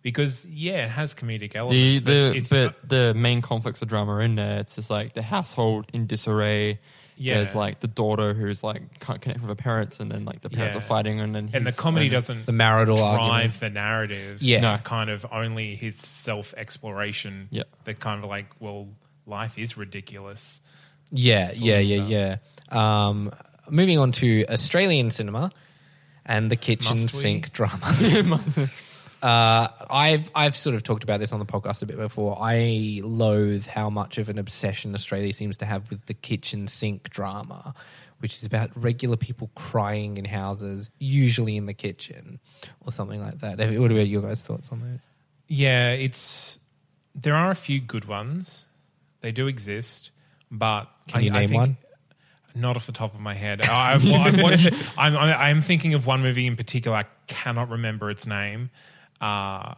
Speaker 7: because yeah, it has comedic
Speaker 6: The
Speaker 7: elements. but
Speaker 6: the
Speaker 7: it's
Speaker 6: but the main conflicts of drama are in there. It's just like the household in disarray.
Speaker 7: Yeah.
Speaker 6: There's like the daughter who's like can't connect with her parents, and then like the parents
Speaker 7: Yeah.
Speaker 6: are fighting, and then
Speaker 7: and the
Speaker 6: he's-
Speaker 7: comedy
Speaker 6: and-
Speaker 7: doesn't
Speaker 5: The marital
Speaker 7: drive
Speaker 5: argument.
Speaker 7: the narrative.
Speaker 5: Yeah. No.
Speaker 7: it's kind of only his self exploration.
Speaker 6: Yeah.
Speaker 7: that kind of like, well, life is ridiculous.
Speaker 5: Yeah, yeah,
Speaker 7: of
Speaker 5: yeah, yeah. Um, moving on to Australian cinema and the kitchen
Speaker 7: Must we?
Speaker 5: sink drama. Uh, I've I've sort of talked about this on the podcast a bit before. I loathe how much of an obsession Australia seems to have with the kitchen sink drama, which is about regular people crying in houses, usually in the kitchen or something like that. What about your guys' thoughts on those?
Speaker 7: Yeah, it's there are a few good ones. They do exist, but
Speaker 5: Can you
Speaker 7: I, I
Speaker 5: name
Speaker 7: think-
Speaker 5: one?
Speaker 7: Not off the top of my head. I- I've, wa- I've watched. I'm, I'm I'm thinking of one movie in particular. I cannot remember its name. Uh,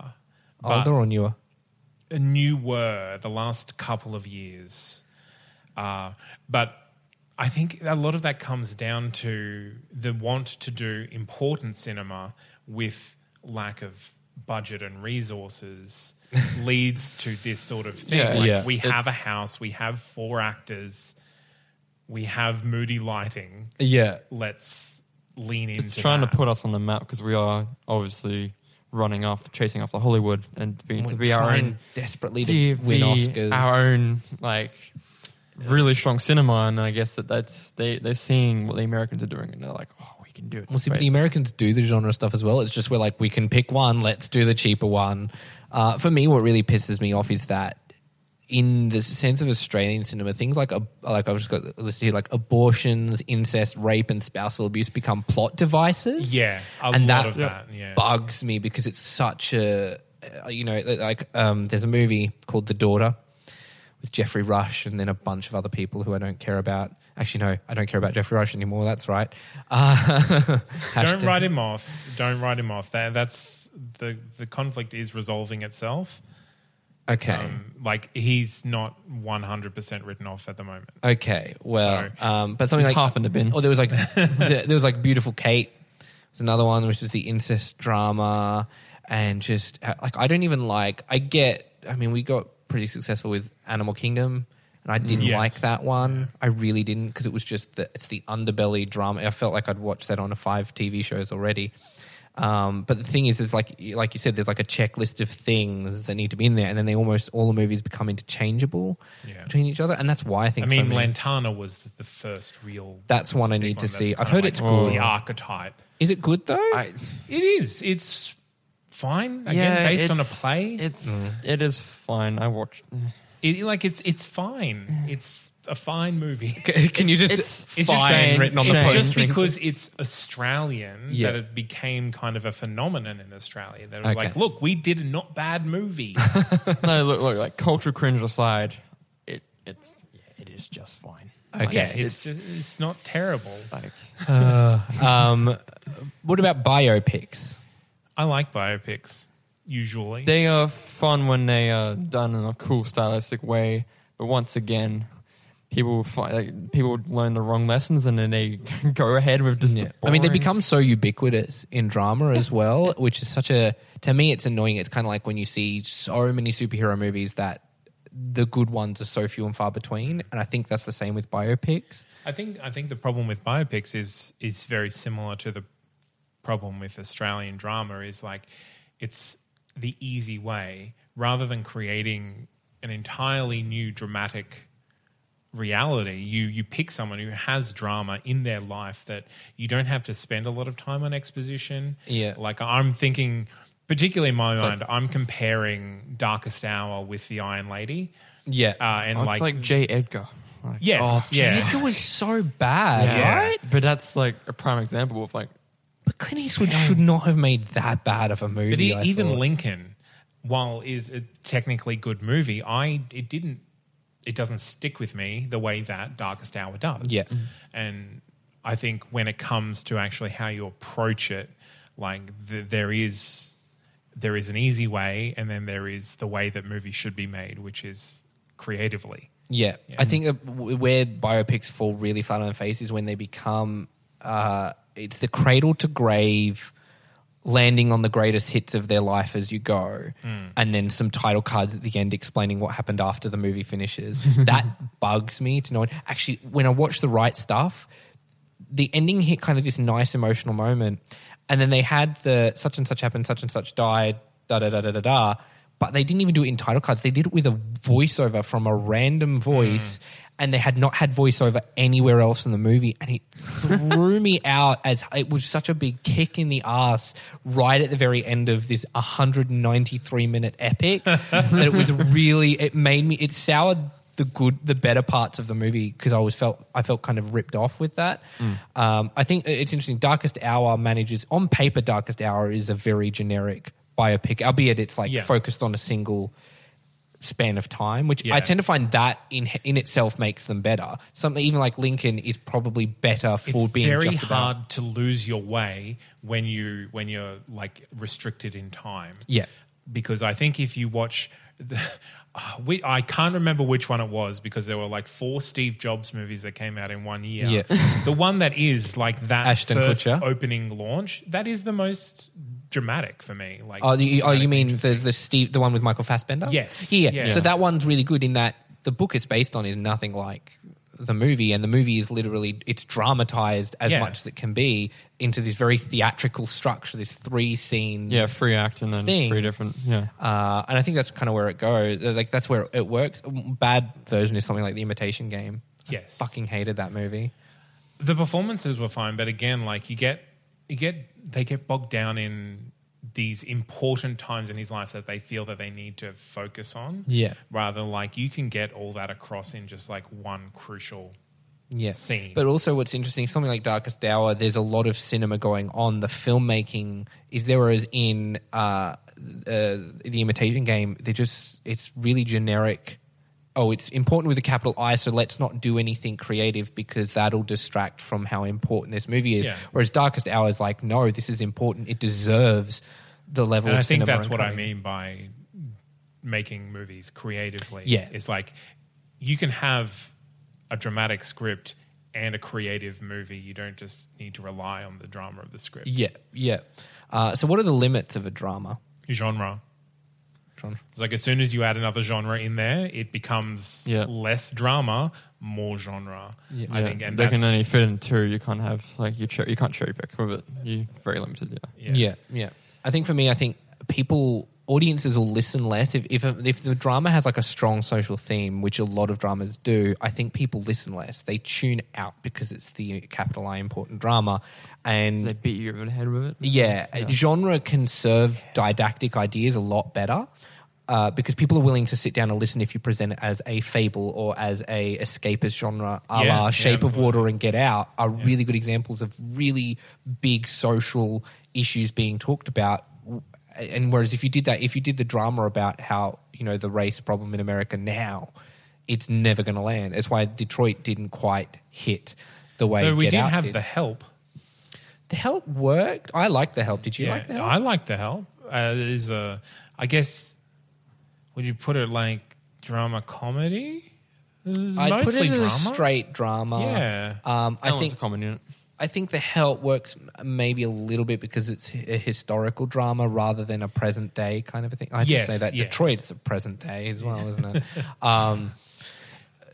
Speaker 7: but-
Speaker 5: Older or newer?
Speaker 7: new were the last couple of years. Uh, but I think a lot of that comes down to the want to do important cinema with lack of budget and resources leads to this sort of thing.
Speaker 6: Yeah,
Speaker 7: like
Speaker 5: yeah.
Speaker 7: we have a
Speaker 6: It's-
Speaker 7: house, we have four actors, we have moody lighting.
Speaker 5: Yeah,
Speaker 7: Let's lean into
Speaker 6: It's trying
Speaker 7: that.
Speaker 6: to put us on the map because we are obviously running after, chasing after Hollywood, and to be, to be our
Speaker 5: Trying
Speaker 6: own
Speaker 5: desperately to
Speaker 6: to
Speaker 5: win
Speaker 6: be
Speaker 5: Oscars.
Speaker 6: our own like really strong cinema, and I guess that that's they they're seeing what the Americans are doing, and they're like, oh, we can do it.
Speaker 5: Well, see, but
Speaker 6: Right.
Speaker 5: the Americans do the genre stuff as well. It's just we're like, we can pick one, let's do the cheaper one. Uh, for me, what really pisses me off is that in the sense of Australian cinema, things like, ab- like I've just got listed here, like abortions, incest, rape, and spousal abuse become plot devices.
Speaker 7: Yeah, a lot of that, yeah.
Speaker 5: bugs me because it's such a, uh, you know, like um, there's a movie called The Daughter with Jeffrey Rush and then a bunch of other people who I don't care about. Actually, no, I don't care about Jeffrey Rush anymore. That's right. Uh,
Speaker 7: Don't
Speaker 5: hashtag-
Speaker 7: write him off. Don't write him off. That, that's the the conflict is resolving itself.
Speaker 5: Okay.
Speaker 7: Um, like he's not one hundred percent written off at the moment.
Speaker 5: okay. Well,
Speaker 7: sorry.
Speaker 5: um, but something
Speaker 6: It's
Speaker 5: like
Speaker 6: half in the bin.
Speaker 5: Oh, there was like there, there was like beautiful Kate. Was another one which is the incest drama and just uh, like I don't even like. I get. I mean, we got pretty successful with Animal Kingdom. And I didn't
Speaker 7: Mm. Yes.
Speaker 5: like that one. I really didn't because it was just the, it's the underbelly drama. I felt like I'd watched that on a five TV shows already. Um, but the thing is, is like like you said, there's like a checklist of things that need to be in there, and then they almost all the movies become interchangeable
Speaker 7: Yeah.
Speaker 5: between each other, and that's why I think
Speaker 7: I mean,
Speaker 5: so many-
Speaker 7: Lantana was the first real.
Speaker 5: That's one I
Speaker 7: big
Speaker 5: need to
Speaker 7: one that's
Speaker 5: see. I've
Speaker 7: kinda
Speaker 5: heard
Speaker 7: like oh.
Speaker 5: it's good.
Speaker 7: The archetype.
Speaker 5: Is it good though?
Speaker 6: I,
Speaker 7: It is. It's fine. Again, based on a
Speaker 6: it's-
Speaker 7: play.
Speaker 6: It's it is fine. I watched.
Speaker 7: It, like it's it's fine. It's a fine movie.
Speaker 5: Can you just
Speaker 6: it's
Speaker 5: it's
Speaker 6: fine
Speaker 5: fine written on the
Speaker 6: shame.
Speaker 7: It's
Speaker 5: poster?
Speaker 7: just because it's Australian
Speaker 5: Yeah.
Speaker 7: that it became kind of a phenomenon in Australia. They were
Speaker 5: Okay.
Speaker 7: like, look, we did a not bad movie.
Speaker 6: no, look, look, like culture cringe aside, it it's yeah, it is just fine.
Speaker 5: Okay.
Speaker 7: yeah, it's, just, it's not terrible.
Speaker 6: Like
Speaker 5: um, what about biopics?
Speaker 7: I like biopics usually.
Speaker 6: they are fun when they are done in a cool stylistic way, but once again. People find like, people learn the wrong lessons and then they go ahead with just. The
Speaker 5: I mean, they
Speaker 6: boring-
Speaker 5: become so ubiquitous in drama as well, which is such a to me it's annoying. It's kind of like when you see so many superhero movies that the good ones are so few and far between, and I think that's the same with biopics.
Speaker 7: I think I think the problem with biopics is is very similar to the problem with Australian drama is like it's the easy way rather than creating an entirely new dramatic reality you you pick someone who has drama in their life that you don't have to spend a lot of time on exposition
Speaker 5: Yeah.
Speaker 7: like i'm thinking particularly in my mind i'm comparing darkest hour with the iron lady
Speaker 5: Yeah,
Speaker 7: uh, and
Speaker 6: Oh, it's
Speaker 7: like,
Speaker 6: like, J. Edgar. Like,
Speaker 7: yeah
Speaker 5: oh,
Speaker 7: yeah
Speaker 5: Jacob was so bad,
Speaker 7: Yeah.
Speaker 5: right?
Speaker 6: But that's like a prime example of like
Speaker 5: But Clint Eastwood should not have made that bad of a movie.
Speaker 7: But e-
Speaker 5: I
Speaker 7: even
Speaker 5: thought.
Speaker 7: Lincoln, while is a technically good movie, I it didn't it doesn't stick with me the way that Darkest Hour does.
Speaker 5: Yeah.
Speaker 7: and I think when it comes to actually how you approach it, like th- there is there is an easy way, and then there is the way that movies should be made, which is creatively.
Speaker 5: Yeah, I think uh, w- where biopics fall really flat on their face is when they become uh, it's the cradle to grave, landing on the greatest hits of their life as you go, and then some title cards at the end explaining what happened after the movie finishes. that bugs me to no one. Actually, when I watch the right stuff, the ending hit kind of this nice emotional moment, and then they had the such and such happened, such and such died, da da da da da da. But they didn't even do it in title cards. They did it with a voiceover from a random voice, and they had not had voiceover anywhere else in the movie, and it threw me out as it was such a big kick in the ass right at the very end of this 193 minute epic that it was really it made me it soured the good, the better parts of the movie because I was felt I felt kind of ripped off with that.
Speaker 7: Mm.
Speaker 5: Um, I think it's interesting. Darkest Hour manages on paper. Darkest Hour is a very generic biopic, albeit it's like
Speaker 7: Yeah.
Speaker 5: focused on a single span of time, which
Speaker 7: Yeah.
Speaker 5: I tend to find that in in itself makes them better. Something even like Lincoln is probably better for
Speaker 7: It's
Speaker 5: being
Speaker 7: very
Speaker 5: just about-
Speaker 7: hard to lose your way when you when you're like restricted in time.
Speaker 5: Yeah.
Speaker 7: because I think if you watch, the, uh, we, I can't remember which one it was because there were like four Steve Jobs movies that came out in one year.
Speaker 5: Yeah.
Speaker 7: the one that is like that
Speaker 5: Ashton
Speaker 7: first
Speaker 5: Kutcher.
Speaker 7: opening launch that is the most dramatic for me. Like,
Speaker 5: Oh, you, oh,
Speaker 7: dramatic
Speaker 5: you mean the
Speaker 7: interesting.
Speaker 5: the Steve, the one with Michael Fassbender?
Speaker 7: Yes.
Speaker 5: Yeah, yeah.
Speaker 7: Yeah.
Speaker 5: So that one's really good in that the book it's based on is nothing like the movie, and the movie is literally it's dramatized as
Speaker 7: Yeah.
Speaker 5: much as it can be into this very theatrical structure, this three scene
Speaker 6: Yeah, free act and then
Speaker 5: Thing.
Speaker 6: three different. Yeah.
Speaker 5: uh, and I think that's kind of where it goes. Like that's where it works. Bad version is something like The Imitation Game.
Speaker 7: Yes.
Speaker 5: I fucking hated that movie.
Speaker 7: the performances were fine, but again, like you get you get they get bogged down in these important times in his life that they feel that they need to focus on.
Speaker 5: Yeah.
Speaker 7: Rather like you can get all that across in just like one crucial
Speaker 5: Yeah.
Speaker 7: Scene.
Speaker 5: But also, what's interesting, something like Darkest Hour, there's a lot of cinema going on. The filmmaking is there, whereas in uh, uh, the Imitation Game, they just it's really generic. Oh, it's important with a capital I, so let's not do anything creative because that'll distract from how important this movie is.
Speaker 7: Yeah.
Speaker 5: Whereas Darkest Hour is like, no, this is important. It deserves the level
Speaker 7: and
Speaker 5: of
Speaker 7: I think
Speaker 5: cinema
Speaker 7: that's
Speaker 5: and
Speaker 7: what I
Speaker 5: cutting.
Speaker 7: mean by making movies creatively.
Speaker 5: Yeah.
Speaker 7: It's like you can have a dramatic script and a creative movie. You don't just need to rely on the drama of the script.
Speaker 5: Yeah, yeah. Uh, so, what are the limits of a drama?
Speaker 7: Genre.
Speaker 5: John?
Speaker 7: It's like as soon as you add another genre in there, it becomes
Speaker 6: Yeah.
Speaker 7: less drama, more genre. I
Speaker 6: Yeah.
Speaker 7: think, and
Speaker 6: they
Speaker 7: that's,
Speaker 6: can only fit in two. You can't have like you. Cher- you can't cherry pick with it. You're very limited. Yeah.
Speaker 7: yeah.
Speaker 5: Yeah. yeah, I think for me, I think people, audiences will listen less if if, if the drama has like a strong social theme, which a lot of dramas do. I think people listen less; they tune out because it's the capital I important drama, and
Speaker 6: They beat you over the head with it.
Speaker 5: yeah, genre can serve didactic ideas a lot better uh, because people are willing to sit down and listen if you present it as a fable or as a escapist genre, a
Speaker 7: Yeah,
Speaker 5: la
Speaker 7: yeah,
Speaker 5: Shape of
Speaker 7: absolutely.
Speaker 5: Water and Get Out are really good examples of really big social issues being talked about. And whereas if you did that, if you did the drama about how you know the race problem in America now, it's never going to land. That's why Detroit didn't quite hit the way.
Speaker 7: Though we
Speaker 5: Get
Speaker 7: didn't
Speaker 5: Out
Speaker 7: have
Speaker 5: did.
Speaker 7: the help.
Speaker 5: The help worked. I liked the help. Did you
Speaker 7: yeah,
Speaker 5: like the help?
Speaker 7: I like the help. Uh, is a, I guess, would you put it like drama comedy? This is
Speaker 5: I'd put
Speaker 7: mostly
Speaker 5: it as
Speaker 7: drama.
Speaker 5: a straight drama.
Speaker 7: Yeah.
Speaker 5: Um, I
Speaker 6: Elements are
Speaker 5: think
Speaker 6: common unit.
Speaker 5: I think the help works m- maybe a little bit because it's a historical drama rather than a present day kind of a thing. I
Speaker 7: Yes,
Speaker 5: just say that
Speaker 7: yeah.
Speaker 5: Detroit is a present day as well, isn't it? um,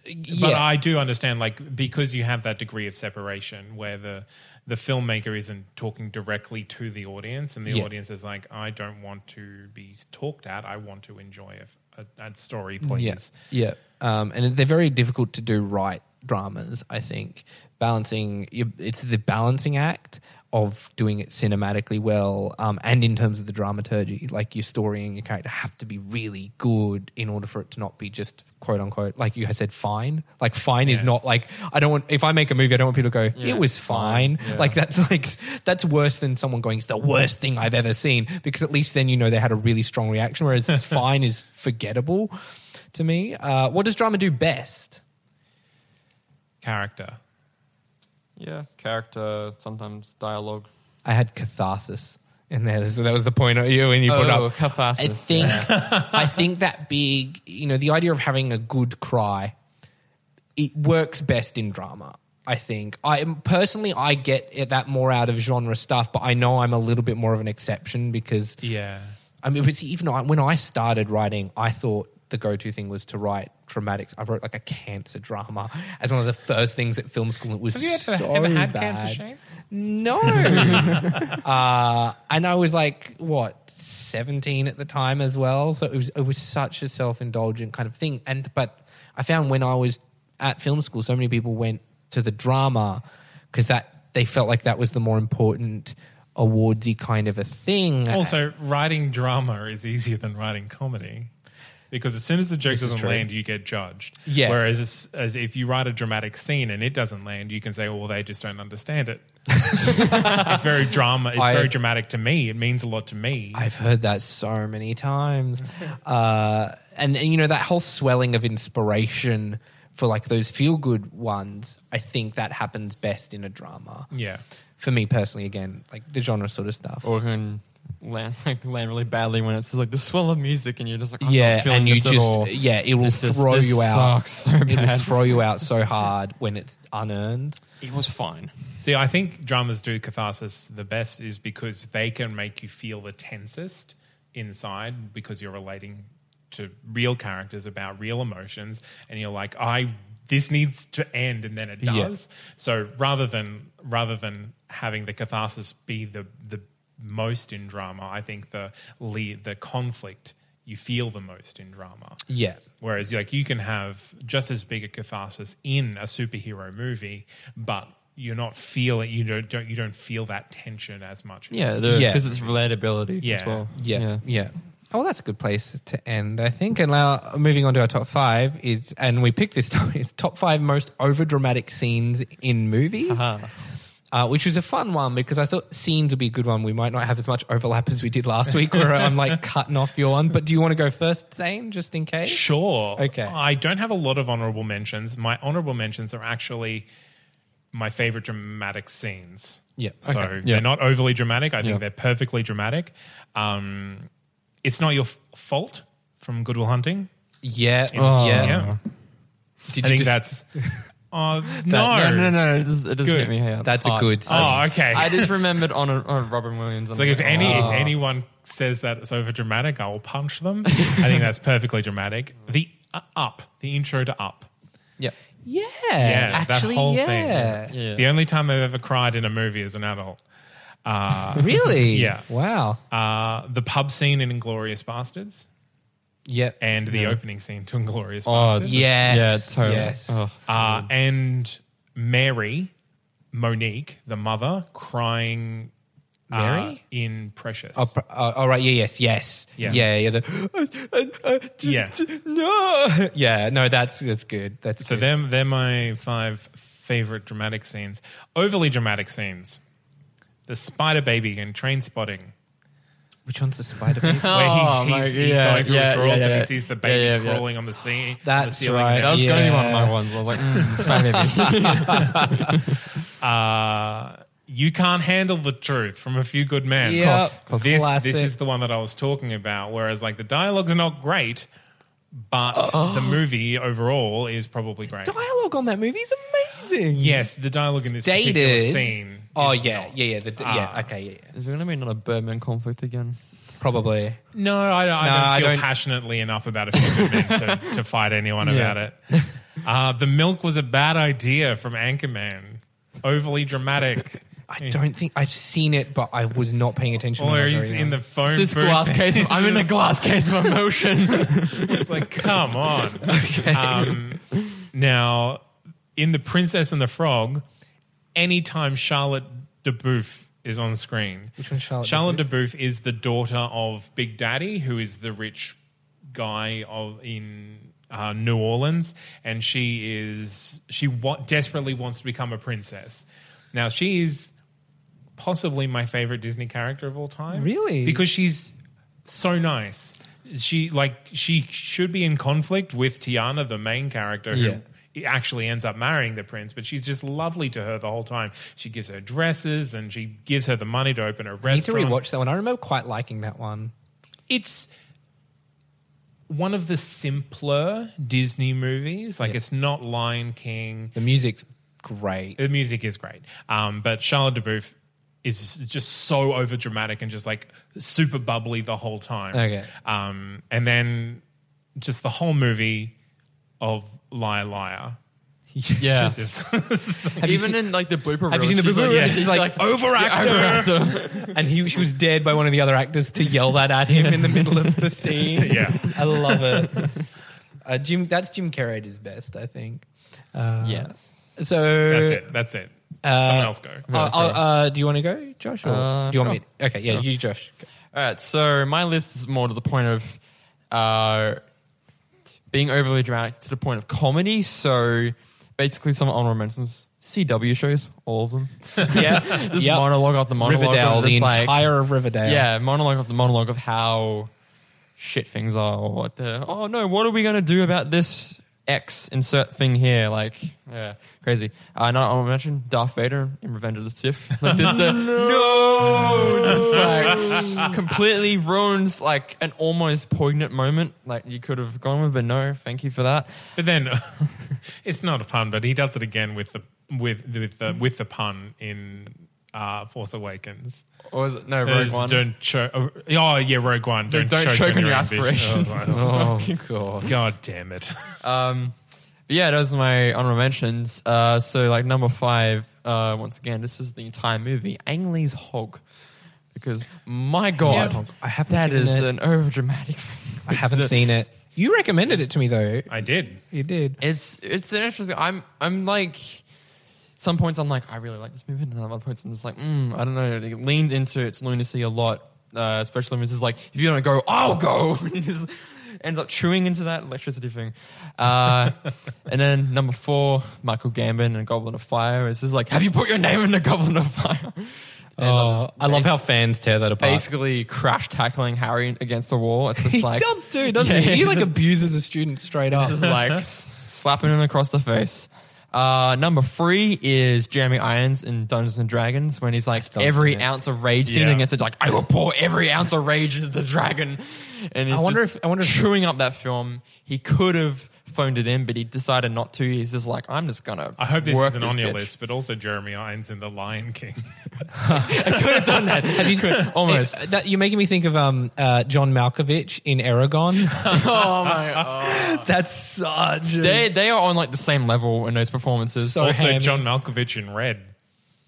Speaker 5: yeah,
Speaker 7: But I do understand, like, because you have that degree of separation where the the filmmaker isn't talking directly to the audience, and the
Speaker 5: Yeah.
Speaker 7: audience is like, "I don't want to be talked at. I want to enjoy a, a, a story, please."
Speaker 5: Yeah, yeah. Um, and they're very difficult to do right dramas. I think balancing you- it's the balancing act of doing it cinematically well, um, and in terms of the dramaturgy, like your story and your character have to be really good in order for it to not be just quote unquote like you had said fine. Like fine is not like I don't want if I make a movie, I don't want people to go it was fine. Like that's like that's worse than someone going it's the worst thing I've ever seen because at least then you know they had a really strong reaction. Whereas it's fine is forgettable to me. Uh, what does drama do best?
Speaker 7: Character.
Speaker 6: Yeah, character, sometimes dialogue.
Speaker 5: I had catharsis in there, so that was the point of you when you put
Speaker 6: Oh,
Speaker 5: up
Speaker 6: catharsis,
Speaker 5: I think I think that big, you know, the idea of having a good cry, it works best in drama. I think I personally I get it- that more out of genre stuff, but I know I'm a little bit more of an exception because
Speaker 7: Yeah.
Speaker 5: I mean, it's even I- when I started writing, I thought the go-to thing was to write dramatics. I wrote like a cancer drama as one of the first things at film school. It was
Speaker 7: Have you ever-
Speaker 5: so
Speaker 7: ever had
Speaker 5: bad.
Speaker 7: cancer, Shane?
Speaker 5: No. uh, and I was like, what, seventeen at the time as well. So it was it was such a self-indulgent kind of thing. And but I found when I was at film school, so many people went to the drama because that they felt like that was the more important awardsy kind of a thing.
Speaker 7: Also, writing drama is easier than writing comedy because as soon as the joke
Speaker 5: This is
Speaker 7: doesn't
Speaker 5: true.
Speaker 7: land, you get judged.
Speaker 5: Yeah.
Speaker 7: Whereas it's- as if you write a dramatic scene and it doesn't land, you can say, "Well, they just don't understand it." it's very drama. It's
Speaker 5: I-
Speaker 7: very dramatic to me. It means a lot to me.
Speaker 5: I've heard that so many times. Uh, and, and, you know, that whole swelling of inspiration for like those feel good ones, I think that happens best in a drama.
Speaker 7: yeah.
Speaker 5: For me personally, again, like the genre sort of stuff.
Speaker 6: Or can land like land really badly when it's just like the swell of music and you're just like I'm
Speaker 5: yeah,
Speaker 6: not feeling
Speaker 5: and you
Speaker 6: this at
Speaker 5: just,
Speaker 6: all.
Speaker 5: yeah, it will
Speaker 6: This is-
Speaker 5: throw
Speaker 6: this
Speaker 5: you out.
Speaker 6: sucks so
Speaker 5: It will
Speaker 6: bad.
Speaker 5: throw you out so hard when it's unearned.
Speaker 6: It was fine.
Speaker 7: See, I think dramas do catharsis the best is because they can make you feel the tensest inside because you're relating to real characters about real emotions and you're like, I this needs to end and then it does. So rather than rather than having the catharsis be the the most in drama, I think the le- the conflict you feel the most in drama.
Speaker 5: Yeah.
Speaker 7: Whereas like you can have just as big a catharsis in a superhero movie, but you're not feeling you don't, don't you don't feel that tension as much.
Speaker 6: Yeah,
Speaker 5: Yeah.
Speaker 6: because it's relatability as
Speaker 7: Yeah.
Speaker 6: well.
Speaker 5: Yeah, yeah. Oh, that's a good place to end, I think. And now moving on to our top five is, and we picked this topic, is top five most overdramatic scenes in movies,
Speaker 7: Uh-huh.
Speaker 5: uh, which was a fun one because I thought scenes would be a good one. We might not have as much overlap as we did last week where I'm like cutting off your one, but do you want to go first, Zane, just in case?
Speaker 7: Sure.
Speaker 5: Okay.
Speaker 7: I don't have a lot of honorable mentions. My honorable mentions are actually my favorite dramatic scenes.
Speaker 5: Yeah.
Speaker 7: So
Speaker 5: Okay.
Speaker 7: they're not overly dramatic. I think
Speaker 6: Yeah.
Speaker 7: they're perfectly dramatic. Um, it's not your f- fault from Goodwill Hunting.
Speaker 5: Yeah. yeah.
Speaker 7: Oh, Yeah.
Speaker 6: Oh.
Speaker 5: Did
Speaker 7: I think
Speaker 5: just-
Speaker 7: that's. Oh,
Speaker 6: That-
Speaker 7: no.
Speaker 6: no, no, no, It doesn't, it doesn't
Speaker 7: Good.
Speaker 6: get me here.
Speaker 5: That's a
Speaker 6: Hot.
Speaker 5: good scene.
Speaker 7: Oh, okay.
Speaker 6: I just remembered on, a, on Robin Williams.
Speaker 7: It's like if any if anyone says that it's over dramatic, I will punch them. I think that's perfecly dramatic. The uh, up, the intro to up.
Speaker 6: yeah,
Speaker 5: Yeah.
Speaker 7: Yeah,
Speaker 5: actually,
Speaker 7: that whole
Speaker 5: yeah.
Speaker 7: thing. The only time I've ever cried in a movie as an adult.
Speaker 5: Really?
Speaker 7: Yeah.
Speaker 5: Wow.
Speaker 7: Uh, the pub scene in Inglorious Bastards
Speaker 5: Yeah.
Speaker 7: and the opening scene to Inglorious
Speaker 6: oh,
Speaker 7: Bastards.
Speaker 5: Yes.
Speaker 6: yeah, totally.
Speaker 5: Yes.
Speaker 6: Oh.
Speaker 7: Uh, and Mary, Monique, the mother, crying uh,
Speaker 5: Mary?
Speaker 7: in Precious.
Speaker 5: Oh, pr- oh, all right. Yeah. Yes. Yes. Yeah. Yeah.
Speaker 7: Yeah.
Speaker 5: yeah the, uh,
Speaker 7: Yeah.
Speaker 5: No. Yeah. No. That's that's good. That's
Speaker 7: so
Speaker 5: good.
Speaker 7: they're, they're my five favorite dramatic scenes. Overly dramatic scenes. The Spider Baby and Train Spotting.
Speaker 5: Which one's the spider? people?
Speaker 7: where
Speaker 6: Oh,
Speaker 7: he's,
Speaker 6: my-
Speaker 7: he's, he's
Speaker 6: yeah,
Speaker 7: going through
Speaker 6: yeah,
Speaker 7: withdrawals
Speaker 6: yeah,
Speaker 7: and
Speaker 6: yeah.
Speaker 7: he sees the baby
Speaker 6: Yeah, yeah, yeah.
Speaker 7: crawling on the sea. on the
Speaker 5: That's
Speaker 7: ceiling.
Speaker 5: right.
Speaker 6: That was
Speaker 5: Yeah.
Speaker 6: going to be one of my ones. I was like, mm, Spider Baby.
Speaker 7: You can't handle the truth from a few good men.
Speaker 5: Yep. Course, course.
Speaker 7: This,
Speaker 5: Classic.
Speaker 7: this is the one that I was talking about. Whereas, like, the dialogue's not great, but the movie overall is probably great.
Speaker 5: Dialogue on that movie is amazing.
Speaker 7: yes, the dialogue in this particular
Speaker 5: Dated.
Speaker 7: scene.
Speaker 5: oh
Speaker 7: is
Speaker 5: yeah.
Speaker 7: not-
Speaker 5: Yeah. Yeah. The, d yeah.
Speaker 7: Ah.
Speaker 5: Okay. Yeah. yeah.
Speaker 6: Is there going to be another Birdman conflict again?
Speaker 5: Probably.
Speaker 7: No, I, I
Speaker 5: No,
Speaker 7: don't
Speaker 5: I
Speaker 7: feel
Speaker 5: don't-
Speaker 7: passionately enough about a few good men to, to fight anyone about it. Uh, the milk was a bad idea from Anchorman. Overly dramatic.
Speaker 5: I don't think I've seen it, but I was not paying attention. when I
Speaker 7: Or
Speaker 5: was
Speaker 7: he's
Speaker 5: very
Speaker 7: in
Speaker 5: young.
Speaker 7: the phone
Speaker 6: This
Speaker 7: booth.
Speaker 6: glass case. Of, I'm in a glass case of emotion.
Speaker 7: It's like, come on. Um, now, in The Princess and the Frog, anytime Charlotte DeBouf is on screen,
Speaker 5: Which one's Charlotte
Speaker 7: Charlotte DeBouf? is the daughter of Big Daddy, who is the rich guy of in uh, New Orleans, and she is she wa- desperately wants to become a princess. Now she is possibly my favorite Disney character of all time.
Speaker 5: Really?
Speaker 7: Because she's so nice. She like she should be in conflict with Tiana, the main character,
Speaker 5: Yeah.
Speaker 7: who actually ends up marrying the prince, but she's just lovely to her the whole time. She gives her dresses and she gives her the money to open her
Speaker 5: I need to
Speaker 7: restaurant.
Speaker 5: rewatch that one. I remember quite liking that one.
Speaker 7: It's one of the simpler Disney movies. Like it's not Lion King.
Speaker 5: The music's great.
Speaker 7: The music is great, um, but Charlotte DeBouf is just so over dramatic and just like super bubbly the whole time.
Speaker 5: Okay.
Speaker 7: um, and then just the whole movie of Liar Liar.
Speaker 6: Yeah.
Speaker 7: Is
Speaker 6: Even in like the blooper
Speaker 5: Have
Speaker 6: reel,
Speaker 5: you seen the
Speaker 6: she's
Speaker 5: blooper
Speaker 6: like-
Speaker 5: reel?
Speaker 6: yeah,
Speaker 5: She's
Speaker 6: she's
Speaker 5: like, "Oh."
Speaker 6: like,
Speaker 5: "Overactor." and he, she was dared by one of the other actors to yell that at him in the middle of the scene.
Speaker 7: Yeah.
Speaker 5: I love it. Uh, Jim, that's Jim Carrey at his best, I think. Uh,
Speaker 6: Yes.
Speaker 5: So
Speaker 7: that's it. That's it. Someone else go.
Speaker 5: Uh, uh, uh, do you want to go, Josh? Or
Speaker 6: Uh,
Speaker 5: do you want
Speaker 6: sure.
Speaker 5: me? Okay, yeah, you, Josh.
Speaker 6: All right, so my list is more to the point of uh, being overly dramatic to the point of comedy. So basically, some honorable mentions: CW shows, all of them.
Speaker 5: Yeah,
Speaker 6: Just monologue after monologue. of
Speaker 5: Riverdale, the
Speaker 6: just, like-
Speaker 5: entire of Riverdale.
Speaker 6: yeah, monologue after monologue of how shit things are. Or what the oh no, what are we gonna do about this X insert thing here? Like, yeah, crazy. Uh, not honorable mention: Darth Vader in Revenge of the Sith. Like, just the no, just like completely ruins like an almost poignant moment. Like you could have gone with, but no, thank you for that.
Speaker 7: But then it's not a pun, but he does it again with the with with the with the pun in uh, Force Awakens.
Speaker 6: Or was it no
Speaker 7: There's
Speaker 6: Rogue One?
Speaker 7: Don't choke. Oh yeah, Rogue One. Don't,
Speaker 6: don't choke on your
Speaker 7: Oh, own vision.
Speaker 6: aspirations.
Speaker 7: Oh,
Speaker 5: Oh god.
Speaker 7: God damn it!
Speaker 6: But Um, yeah, those are my honorable mentions. Uh, so like number five, uh, once again, this is the entire movie. Ang Lee's Hog. Because my God,
Speaker 5: Hog. I haven't
Speaker 6: that
Speaker 5: given
Speaker 6: is
Speaker 5: it-
Speaker 6: an overdramatic.
Speaker 5: I haven't seen it. You recommended it to me though.
Speaker 7: I did.
Speaker 5: You did.
Speaker 6: It's it's an interesting. I'm I'm like some points I'm like I really like this movie, and other points I'm just like mm, I don't know. It leans into its lunacy a lot, uh, especially when it's just like if you don't go, I'll go. It just ends up chewing into that electricity thing. Uh, and then number four, Michael Gambon and Goblin of Fire. It's just like, have you put your name in the Goblin of Fire? And I'm
Speaker 5: Oh,
Speaker 6: just
Speaker 5: I love
Speaker 6: basi-
Speaker 5: how fans tear that apart.
Speaker 6: Uh, basically crash tackling Harry against the wall. It's
Speaker 5: he
Speaker 6: just like
Speaker 5: does too, doesn't
Speaker 6: Yeah.
Speaker 5: he? He like abuses a student straight up.
Speaker 6: just like s- slapping him across the face. Uh, number three is Jeremy Irons in Dungeons and Dragons when he's like
Speaker 5: still haven't
Speaker 6: every
Speaker 5: seen it.
Speaker 6: ounce of rage scene
Speaker 7: Yeah.
Speaker 6: against it, like I will pour every ounce of rage into the dragon. And he's
Speaker 5: I wonder
Speaker 6: just
Speaker 5: if- I wonder if-
Speaker 6: chewing up that film. He could have phoned it in, but he decided not to. He's just like, I'm just gonna.
Speaker 7: I hope this
Speaker 6: work
Speaker 7: isn't on your
Speaker 6: bitch.
Speaker 7: list, but also Jeremy Irons in The Lion King.
Speaker 5: Have you
Speaker 6: Almost.
Speaker 5: Eh, that, you're making me think of um, uh, John Malkovich in Aragon.
Speaker 6: oh my! God.
Speaker 5: That's such. a-
Speaker 6: They they are on like the same level in those performances.
Speaker 5: So-
Speaker 7: also,
Speaker 5: hammy.
Speaker 7: John Malkovich in Red.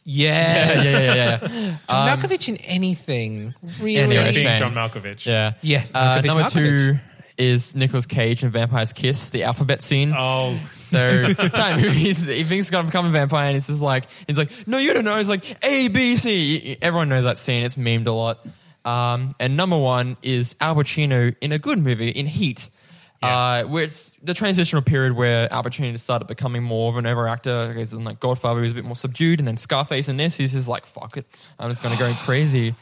Speaker 5: yes. Um,
Speaker 6: yeah, yeah, yeah, yeah.
Speaker 5: John Malkovich in anything. Really.
Speaker 6: Anyway,
Speaker 7: Being
Speaker 6: shame.
Speaker 7: John Malkovich.
Speaker 6: Yeah.
Speaker 5: Yeah,
Speaker 6: Uh,
Speaker 5: Malkovich,
Speaker 6: number
Speaker 5: Malkovich.
Speaker 6: two is Nicolas Cage in Vampire's Kiss, the alphabet scene.
Speaker 7: Oh,
Speaker 6: So time he's, he thinks he's gonna become a vampire, and it's just like he's like, no, you don't know. It's like A B C. Everyone knows that scene. It's memed a lot. Um, and number one is Al Pacino in a good movie in Heat, uh, where it's the transitional period where Al Pacino started becoming more of an over actor. Like, he's in like Godfather, he's a bit more subdued, and then Scarface in this, he's just like, fuck it, I'm just gonna go crazy.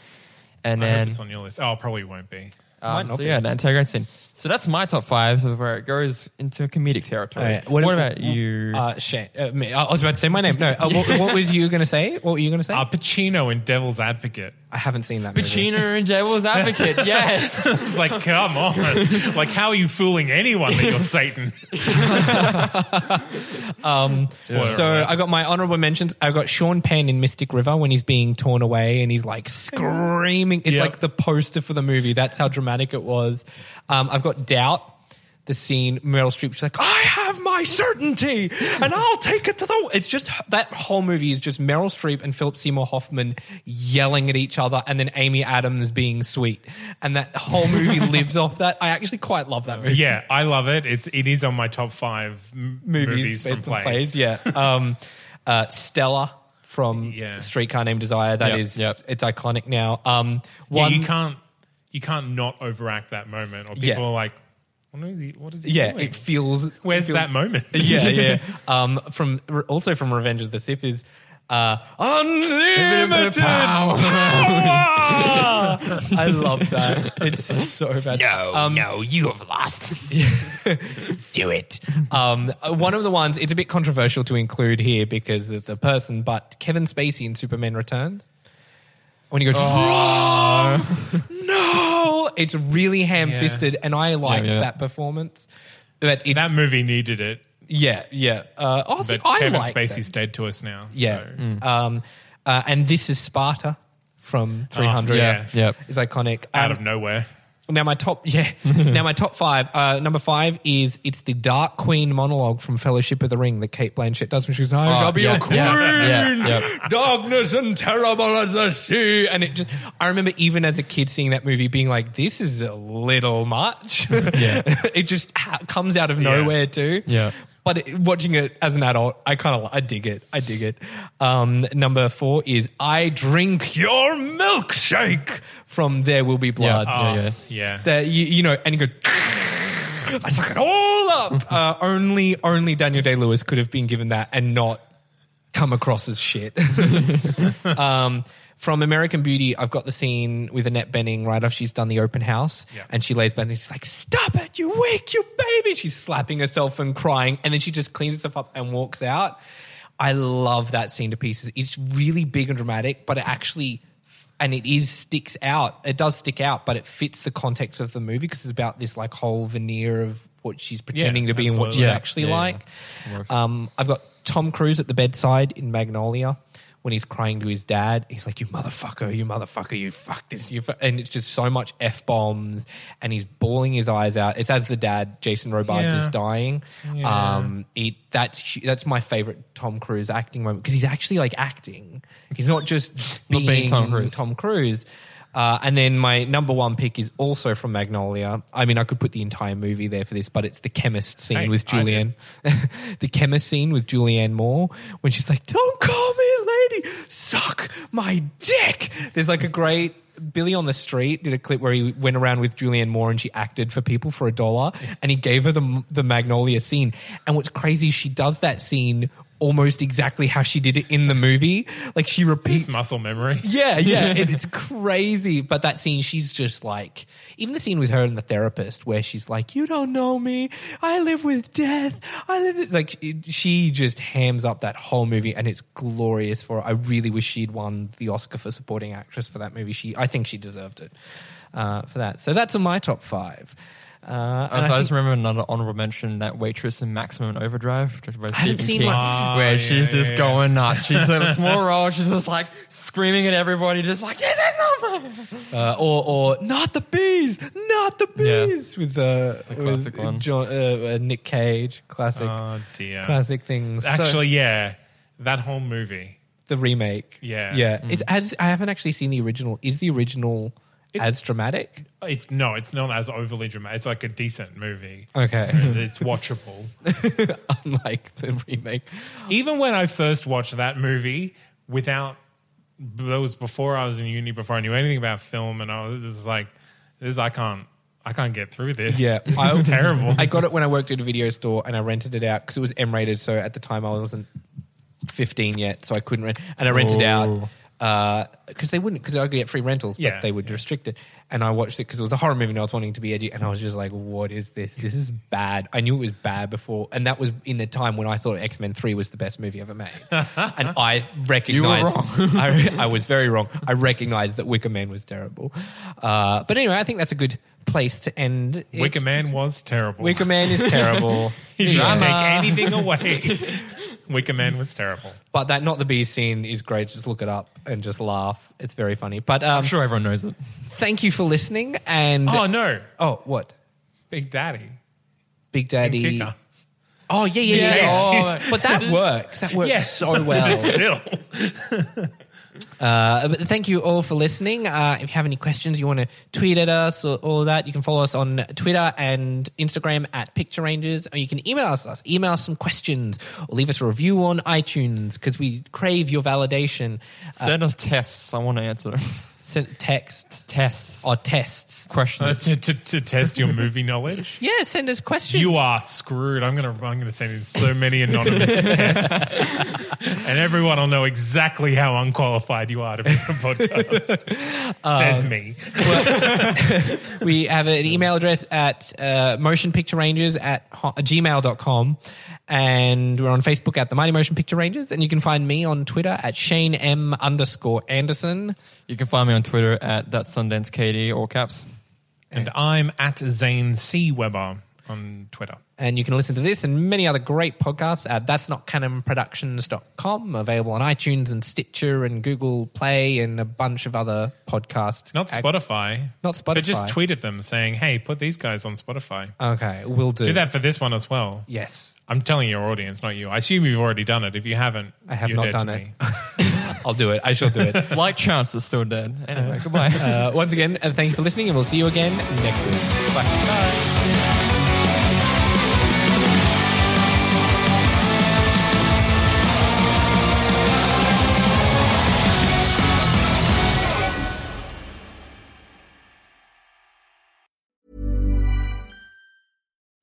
Speaker 6: And
Speaker 7: I hope
Speaker 6: then
Speaker 7: it's on your list. Oh, probably won't be.
Speaker 6: um,
Speaker 5: Might not
Speaker 6: so
Speaker 5: be.
Speaker 6: yeah, the antagonist scene. So that's my top five, of where it goes into comedic territory.
Speaker 5: All right,
Speaker 6: What,
Speaker 5: if-
Speaker 6: about you?
Speaker 5: Uh, Shane, uh, me- I was about to say my name. No, uh, what, what was you going to say? What were you going to say?
Speaker 7: Uh, Pacino in Devil's Advocate.
Speaker 5: I haven't seen that. movie.
Speaker 6: Pacino and Devil's Advocate. Yes,
Speaker 7: It's like, come on. like, how are you fooling anyone that you're Satan? um,
Speaker 5: So I got my honorable mentions. I got Sean Penn in Mystic River when he's being torn away and he's like screaming. It's
Speaker 7: Yep.
Speaker 5: like the poster for the movie. That's how dramatic it was. Um, I've got Doubt. The scene, Meryl Streep, she's like, "I have my certainty, and I'll take it to the." It's just that whole movie is just Meryl Streep and Philip Seymour Hoffman yelling at each other, and then Amy Adams being sweet, and that whole movie lives off that. I actually quite love that movie
Speaker 7: yeah, I love it. It's it is on my top five m- movies,
Speaker 5: movies,
Speaker 7: from
Speaker 5: based on
Speaker 7: plays.
Speaker 5: plays. Yeah. Um, uh, Stella from
Speaker 7: Yeah.
Speaker 5: Streetcar Named Desire. That
Speaker 6: Yep,
Speaker 5: is,
Speaker 6: yep.
Speaker 5: it's iconic now. Um,
Speaker 7: Yeah,
Speaker 5: one,
Speaker 7: you can't you can't not overact that moment, or people
Speaker 5: Yeah.
Speaker 7: are like, "What is he? What is he
Speaker 5: yeah,
Speaker 7: doing?
Speaker 5: it feels.
Speaker 7: Where's
Speaker 5: it feels-
Speaker 7: that moment?"
Speaker 5: Yeah, yeah. um, from also from Revenge of the Sith is uh, unlimited power. I love that. It's so bad. Um,
Speaker 6: no, you have lost.
Speaker 5: do it. Um, one of the ones it's a bit controversial to include here because of the person, but Kevin Spacey in Superman Returns. When he goes, "Wrong! no, it's really ham-fisted, and I liked
Speaker 6: Oh. yeah.
Speaker 5: that performance. But it's,
Speaker 7: that movie needed it.
Speaker 5: yeah, yeah. Uh, also,
Speaker 7: But
Speaker 5: I
Speaker 7: Kevin
Speaker 5: like
Speaker 7: Spacey's dead to us now.
Speaker 5: yeah.
Speaker 7: so-
Speaker 5: Um, uh, and this is Sparta from 300.
Speaker 7: Oh, yeah,
Speaker 6: yep.
Speaker 5: is iconic.
Speaker 7: out
Speaker 5: Um,
Speaker 7: of nowhere.
Speaker 5: Now my top, yeah. now my top five. Uh, number five is it's the Dark Queen monologue from Fellowship of the Ring that Kate Blanchett does when she goes, "I shall be
Speaker 6: Oh, yeah,
Speaker 5: your queen,
Speaker 6: yeah, yeah, yeah.
Speaker 5: darkness and terrible as the sea." And it just, I remember even as a kid seeing that movie, being like, "This is a little much."
Speaker 6: Yeah.
Speaker 5: it just ha- comes out of nowhere too.
Speaker 6: Yeah.
Speaker 5: But it, watching it as an adult, I kind of I dig it. I dig it. Um, number four is I drink your milkshake from There Will Be Blood
Speaker 6: Yeah, yeah.
Speaker 7: Yeah,
Speaker 5: that you, you know, and you go, I suck it all up. Uh, only, only Daniel Day Lewis could have been given that and not come across as shit. um, from American Beauty, I've got the scene with Annette Benning right after she's done the open house,
Speaker 7: Yeah.
Speaker 5: and she lays back and she's like, "Stop it, you weak, you baby!" She's slapping herself and crying, and then she just cleans herself up and walks out. I love that scene to pieces. It's really big and dramatic, but it actually and it is sticks out. It does stick out, but it fits the context of the movie because it's about this like whole veneer of what she's pretending to be and what she's
Speaker 7: absolutely.
Speaker 5: actually
Speaker 6: Yeah, yeah,
Speaker 5: like. Um, I've got Tom Cruise at the bedside in Magnolia when he's crying to his dad, he's like, "You motherfucker, you motherfucker, you fuck this, you," fu-" and it's just so much f bombs, and he's bawling his eyes out. It's as the dad, Jason Robards,
Speaker 7: Yeah.
Speaker 5: is dying.
Speaker 7: Yeah.
Speaker 5: Um, it, that's hu- that's my favorite Tom Cruise acting moment because he's actually like acting. He's not just
Speaker 6: Not
Speaker 5: being,
Speaker 6: being Tom Cruise.
Speaker 5: Tom Cruise. Uh, and then my number one pick is also from Magnolia. I mean, I could put the entire movie there for this, but it's the chemist scene
Speaker 7: Hey,
Speaker 5: with
Speaker 7: I
Speaker 5: Julianne. the chemist scene with Julianne Moore when she's like, "Don't call me lady, suck my dick." There's like a great Billy on the Street did a clip where he went around with Julianne Moore and she acted for people for a dollar, and he gave her the the Magnolia scene. And what's crazy, is she does that scene almost exactly how she did it in the movie. Like she repeats
Speaker 7: It's muscle memory.
Speaker 5: yeah, yeah, it, it's crazy. But that scene, she's just like, even the scene with her and the therapist, where she's like, "You don't know me. I live with death. I live." With, like it- she just hams up that whole movie, and it's glorious. For I really wish she'd won the Oscar for supporting actress for that movie. She, I think she deserved it uh, for that. So that's in my top five. Uh, and
Speaker 6: Also, I,
Speaker 5: I
Speaker 6: just remember another honorable mention that waitress in Maximum Overdrive, directed by Stephen
Speaker 5: seen
Speaker 6: King,
Speaker 5: one.
Speaker 6: where
Speaker 7: Ah,
Speaker 6: she's
Speaker 7: yeah,
Speaker 6: just
Speaker 7: yeah,
Speaker 6: going nuts. She's in a small role. She's just like screaming at everybody, just like this is not fair."
Speaker 5: Uh, or, or not the bees, not the
Speaker 6: Yeah.
Speaker 5: bees with uh,
Speaker 6: The classic
Speaker 5: with
Speaker 6: one. Uh,
Speaker 5: John, uh, uh, Nick Cage, classic,
Speaker 7: Oh dear.
Speaker 5: classic things. So-
Speaker 7: Actually, yeah, that whole movie.
Speaker 5: the remake.
Speaker 7: Yeah. Mm.
Speaker 5: yeah. It's as I haven't actually seen the original. Is the original as dramatic?
Speaker 7: It's no, it's not as overly dramatic. It's like a decent movie.
Speaker 5: Okay,
Speaker 7: It's watchable.
Speaker 5: unlike the remake.
Speaker 7: Even when I first watched that movie, without that was before I was in uni, before I knew anything about film, and I was just like, "This I can't, I can't get through this.
Speaker 5: Yeah,
Speaker 7: this is terrible."
Speaker 5: I got it when I worked at a video store and I rented it out because it was M rated. So at the time I wasn't fifteen yet, so I couldn't rent. And I rented out because they wouldn't because I could get free rentals,
Speaker 7: Yeah,
Speaker 5: but they would restrict it. And I watched it because it was a horror movie and I was wanting to be edgy. And I was just like, "What is this? This is bad." I knew it was bad before, and that was in a time when I thought X Men Three was the best movie ever made. and I recognized I, I was very wrong. I recognized that Wicker Man was terrible. Uh, but anyway, I think that's a good place to end. it.
Speaker 7: Wicker Man was terrible.
Speaker 5: Wicker Man is terrible.
Speaker 7: you
Speaker 5: Drama.
Speaker 7: can't take anything away. Wicker Man was terrible.
Speaker 5: But that not the bee scene is great. Just look it up and just laugh. It's very funny. But um,
Speaker 6: I'm sure everyone knows it.
Speaker 7: Uh,
Speaker 5: thank you for listening. And
Speaker 7: Oh no,
Speaker 5: oh, what
Speaker 7: Big Daddy.
Speaker 5: Big
Speaker 7: and
Speaker 5: Daddy?
Speaker 7: Kick-Ass.
Speaker 5: Oh yeah, yeah, yeah.
Speaker 7: Yes.
Speaker 5: yeah. Oh, but that works. That works
Speaker 7: Yeah.
Speaker 5: so well.
Speaker 7: Still,
Speaker 5: Uh, but thank you all for listening. Uh, if you have any questions, you want to tweet at us or all that, you can follow us on Twitter and Instagram at Picture Rangers, or you can email us, us email us some questions, or leave us a review on iTunes because we crave your validation.
Speaker 6: Send us tests. I want to answer
Speaker 5: Send texts
Speaker 6: tests
Speaker 5: or tests.
Speaker 7: Uh,
Speaker 6: questions.
Speaker 7: to, to, to test your movie knowledge.
Speaker 5: Yeah, send us questions.
Speaker 7: You are screwed. I'm gonna I'm gonna send in so many anonymous tests, and everyone will know exactly how unqualified you are to be on a podcast. Says
Speaker 5: Um,
Speaker 7: me.
Speaker 5: we have an email address at uh, motionpicturerangers at ho- uh, gmail.com and we're on facebook at the mighty motion picture rangers and you can find me on twitter at shane m underscore anderson
Speaker 6: You can find me on Twitter at that Sundance KD all caps.
Speaker 7: And I'm at Zane C Weber on Twitter.
Speaker 5: and you can listen to this and many other great podcasts at that's not canonproductions.com available on itunes and stitcher and google play and a bunch of other podcasts
Speaker 7: Not Spotify.
Speaker 5: Not
Speaker 7: But just
Speaker 5: Spotify.
Speaker 7: tweet at them saying, "Hey, put these guys on Spotify."
Speaker 5: okay we'll do,
Speaker 7: Do that for this one as well.
Speaker 5: yes
Speaker 7: I'm telling your audience, not you. I assume you've already done it. If you haven't,
Speaker 5: i have
Speaker 7: you're
Speaker 5: not
Speaker 7: dead
Speaker 5: done
Speaker 7: to
Speaker 5: it
Speaker 7: me.
Speaker 5: i'll do it i shall do it
Speaker 6: Like Chance is still dead. Anyway, goodbye.
Speaker 5: uh, once again uh, thank you for listening and we'll see you again next week
Speaker 6: Bye.